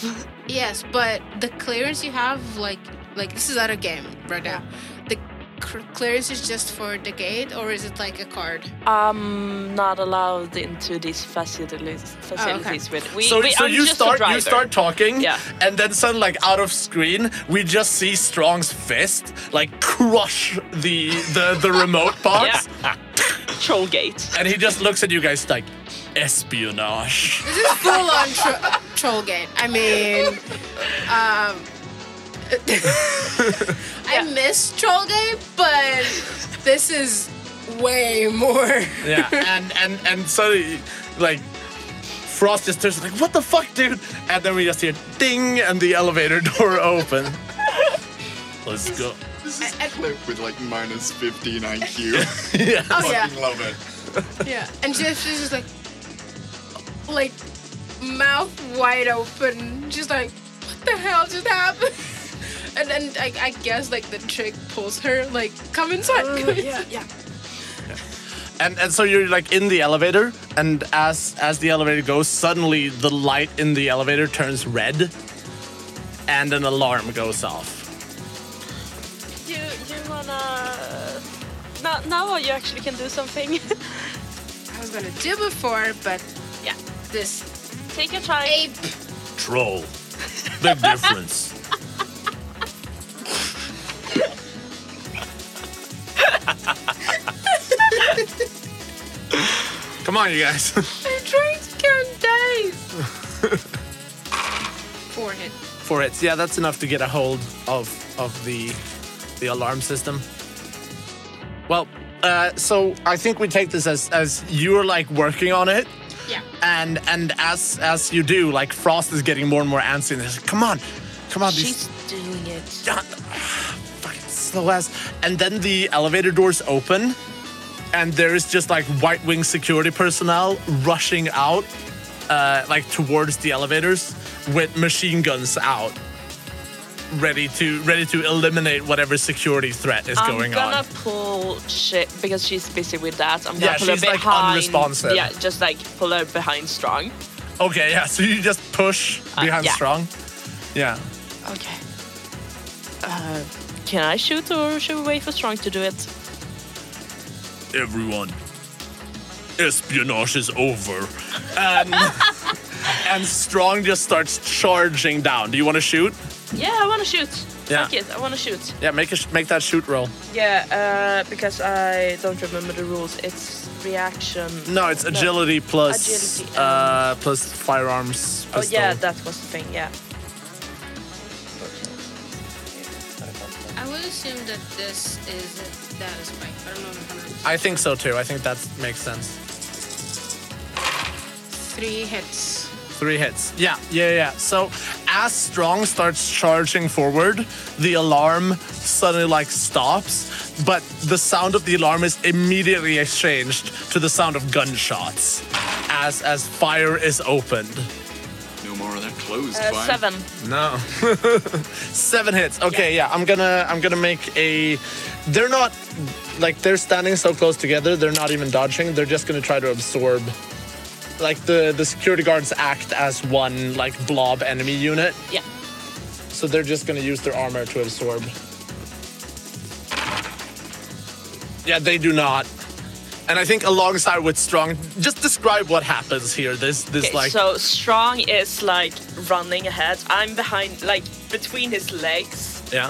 Speaker 3: yes, but the clearance you have, like, like this is out of game right now. The cr- clearance is just for the gate, or is it like a card?
Speaker 6: I'm not allowed into these facilities. Facilities with we.
Speaker 2: so
Speaker 6: we
Speaker 2: so
Speaker 6: I'm
Speaker 2: you
Speaker 6: just a
Speaker 2: start
Speaker 6: driver.
Speaker 2: you start talking,
Speaker 6: Yeah.
Speaker 2: and then suddenly like out of screen, we just see Strong's fist like crush the the the remote box,
Speaker 6: Troll gate.
Speaker 2: and he just looks at you guys like, espionage.
Speaker 3: This is full on tro- troll gate. I mean, um, I miss troll gate, but this is way more.
Speaker 2: yeah, and and and so like Frost just turns like, "What the fuck, dude?" And then we just hear ding, and the elevator door open. Let's go.
Speaker 1: This is Cliff with like minus 15 IQ.
Speaker 2: Yeah.
Speaker 3: Oh yeah,
Speaker 1: Fucking love it.
Speaker 3: yeah. And Jeff is just like, like mouth wide open, just like, what the hell just happened? And then I, I guess like the trick pulls her like, come inside. come inside. Oh, yeah,
Speaker 2: And and so you're like in the elevator, and as as the elevator goes, suddenly the light in the elevator turns red, and an alarm goes off.
Speaker 6: Do you wanna? Now, now you actually can do something.
Speaker 3: I was gonna do before, but
Speaker 6: yeah,
Speaker 3: this
Speaker 6: take your time.
Speaker 3: ape.
Speaker 2: Troll. Big difference. Come on, you guys.
Speaker 3: I'm trying to count days. Four hit.
Speaker 2: Four hits. Yeah, that's enough to get a hold of of the the alarm system. Well, uh, so I think we take this as as you're like working on it,
Speaker 3: Yeah.
Speaker 2: and and as as you do, like Frost is getting more and more antsy. And he's like, come on, come on, these
Speaker 6: She's doing it.
Speaker 2: God, fucking slow ass. And then the elevator doors open, and there is just like White Wing security personnel rushing out, uh, like towards the elevators with machine guns out, ready to ready to eliminate whatever security threat is
Speaker 6: I'm
Speaker 2: going
Speaker 6: gonna
Speaker 2: on.
Speaker 6: pull shit because she's busy with that. I'm gonna
Speaker 2: Yeah,
Speaker 6: pull her
Speaker 2: she's, like,
Speaker 6: behind.
Speaker 2: unresponsive.
Speaker 6: Yeah, just like pull her behind strong.
Speaker 2: Okay, yeah. So you just push behind
Speaker 6: Uh, yeah.
Speaker 2: strong. Yeah.
Speaker 6: Okay. Uh, can I shoot or should we wait for strong to do it?
Speaker 2: everyone. Espionage is over. And, and Strong just starts charging down. Do you want to shoot?
Speaker 6: Yeah, I wanna shoot.
Speaker 2: Yeah.
Speaker 6: Fuck it, I wanna shoot.
Speaker 2: Yeah, make a sh- make that shoot roll.
Speaker 6: Yeah, uh, because I don't remember the rules. It's reaction.
Speaker 2: No, it's agility plus
Speaker 6: Agility and-
Speaker 2: uh, plus firearms.
Speaker 6: Oh
Speaker 2: Pistol.
Speaker 6: yeah, that was the thing. Yeah.
Speaker 3: I would assume that this is a data spike, but I'm not 100.
Speaker 2: I think so too. I think that makes sense.
Speaker 3: Three hits.
Speaker 2: Three hits. Yeah, yeah, yeah. So as Strong starts charging forward, the alarm suddenly like stops, but the sound of the alarm is immediately exchanged to the sound of gunshots as as fire is opened.
Speaker 1: No more of that closed
Speaker 6: Uh,
Speaker 1: fire.
Speaker 6: seven.
Speaker 2: No. Seven hits. Okay, yeah. I'm gonna I'm gonna make a they're not like they're standing so close together, they're not even dodging. They're just gonna try to absorb like the the security guards act as one like blob enemy unit.
Speaker 6: Yeah.
Speaker 2: So they're just gonna use their armor to absorb. Yeah, they do not. And I think alongside with strong, just describe what happens here. This this
Speaker 6: Okay,
Speaker 2: like
Speaker 6: so strong is like running ahead. I'm behind, like between his legs.
Speaker 2: yeah.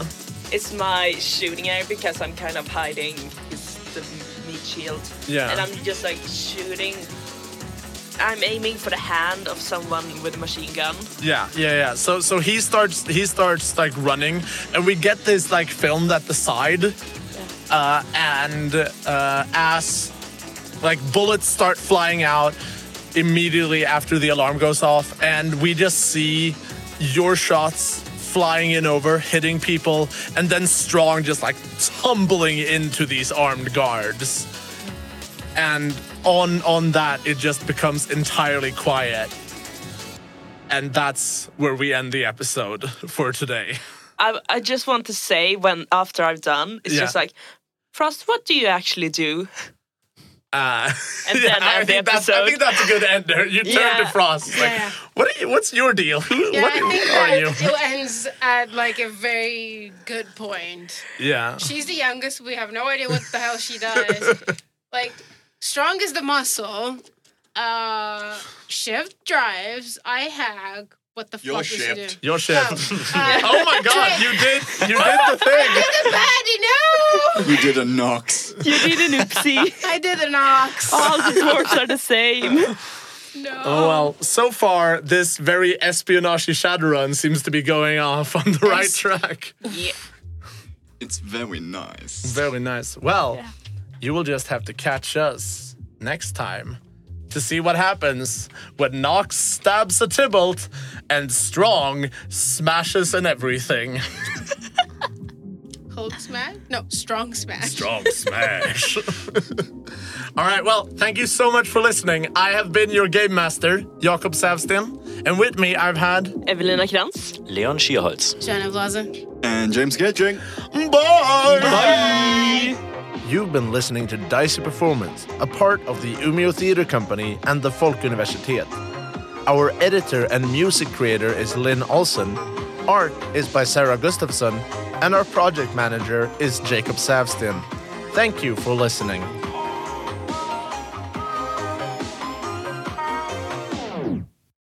Speaker 6: It's my shooting area because I'm kind of hiding his the meat shield.
Speaker 2: Yeah.
Speaker 6: And I'm just like shooting. I'm aiming for the hand of someone with a machine gun.
Speaker 2: Yeah, yeah, yeah. So so he starts he starts like running, and we get this like filmed at the side, uh, and uh, as like bullets start flying out immediately after the alarm goes off, and we just see your shots flying in over, hitting people, and then Strong just like tumbling into these armed guards, and on on that it just becomes entirely quiet. And that's where we end the episode for today.
Speaker 6: I, I just want to say when after I've done, it's
Speaker 2: Yeah.
Speaker 6: just like, Frost, what do you actually do?
Speaker 2: Uh,
Speaker 6: And then
Speaker 2: I,
Speaker 6: end the
Speaker 2: think that's, I
Speaker 6: episode.
Speaker 2: think that's a good ender. You turn to
Speaker 6: Yeah.
Speaker 2: Frost. Like,
Speaker 3: Yeah.
Speaker 2: what are you, what's your deal? Who,
Speaker 3: Yeah,
Speaker 2: what
Speaker 3: I think
Speaker 2: are you?
Speaker 3: that it ends at like a very good point.
Speaker 2: Yeah.
Speaker 3: She's the youngest. We have no idea what the hell she does. like, strong is the muscle. Uh, shift drives. I hack. What the
Speaker 1: Your
Speaker 3: fuck does she do?
Speaker 1: shift.
Speaker 2: Your shift.
Speaker 3: Uh,
Speaker 2: Oh my god, you did you did the thing.
Speaker 3: the baddie, no!
Speaker 1: You did a Nox.
Speaker 6: You did an oopsie.
Speaker 3: I did an ox.
Speaker 6: All the dwarves are the same.
Speaker 3: No.
Speaker 2: Oh well, so far this very espionage Shadowrun seems to be going off on the right
Speaker 3: Yes.
Speaker 2: track.
Speaker 3: Yeah.
Speaker 1: It's very nice.
Speaker 2: Very nice. Well,
Speaker 6: Yeah.
Speaker 2: you will just have to catch us next time to see what happens when Nox stabs a Tybalt and Strong smashes and everything.
Speaker 3: Cold smash? No, strong smash.
Speaker 2: Strong smash. All right, well, thank you so much for listening. I have been your game master, Jakob Savsten, and with me I've had
Speaker 6: Evelina Krantz.
Speaker 7: Leon Schierholz.
Speaker 3: Jenna Blasen.
Speaker 1: And James Gedging.
Speaker 2: Bye.
Speaker 5: You've been listening to Dicey Performance, a part of the Umeå Theatre Company and the Folkuniversitet. Our editor and music creator is Lynn Olsen, art is by Sarah Gustafsson, and our project manager is Jacob Savstin. Thank you for listening.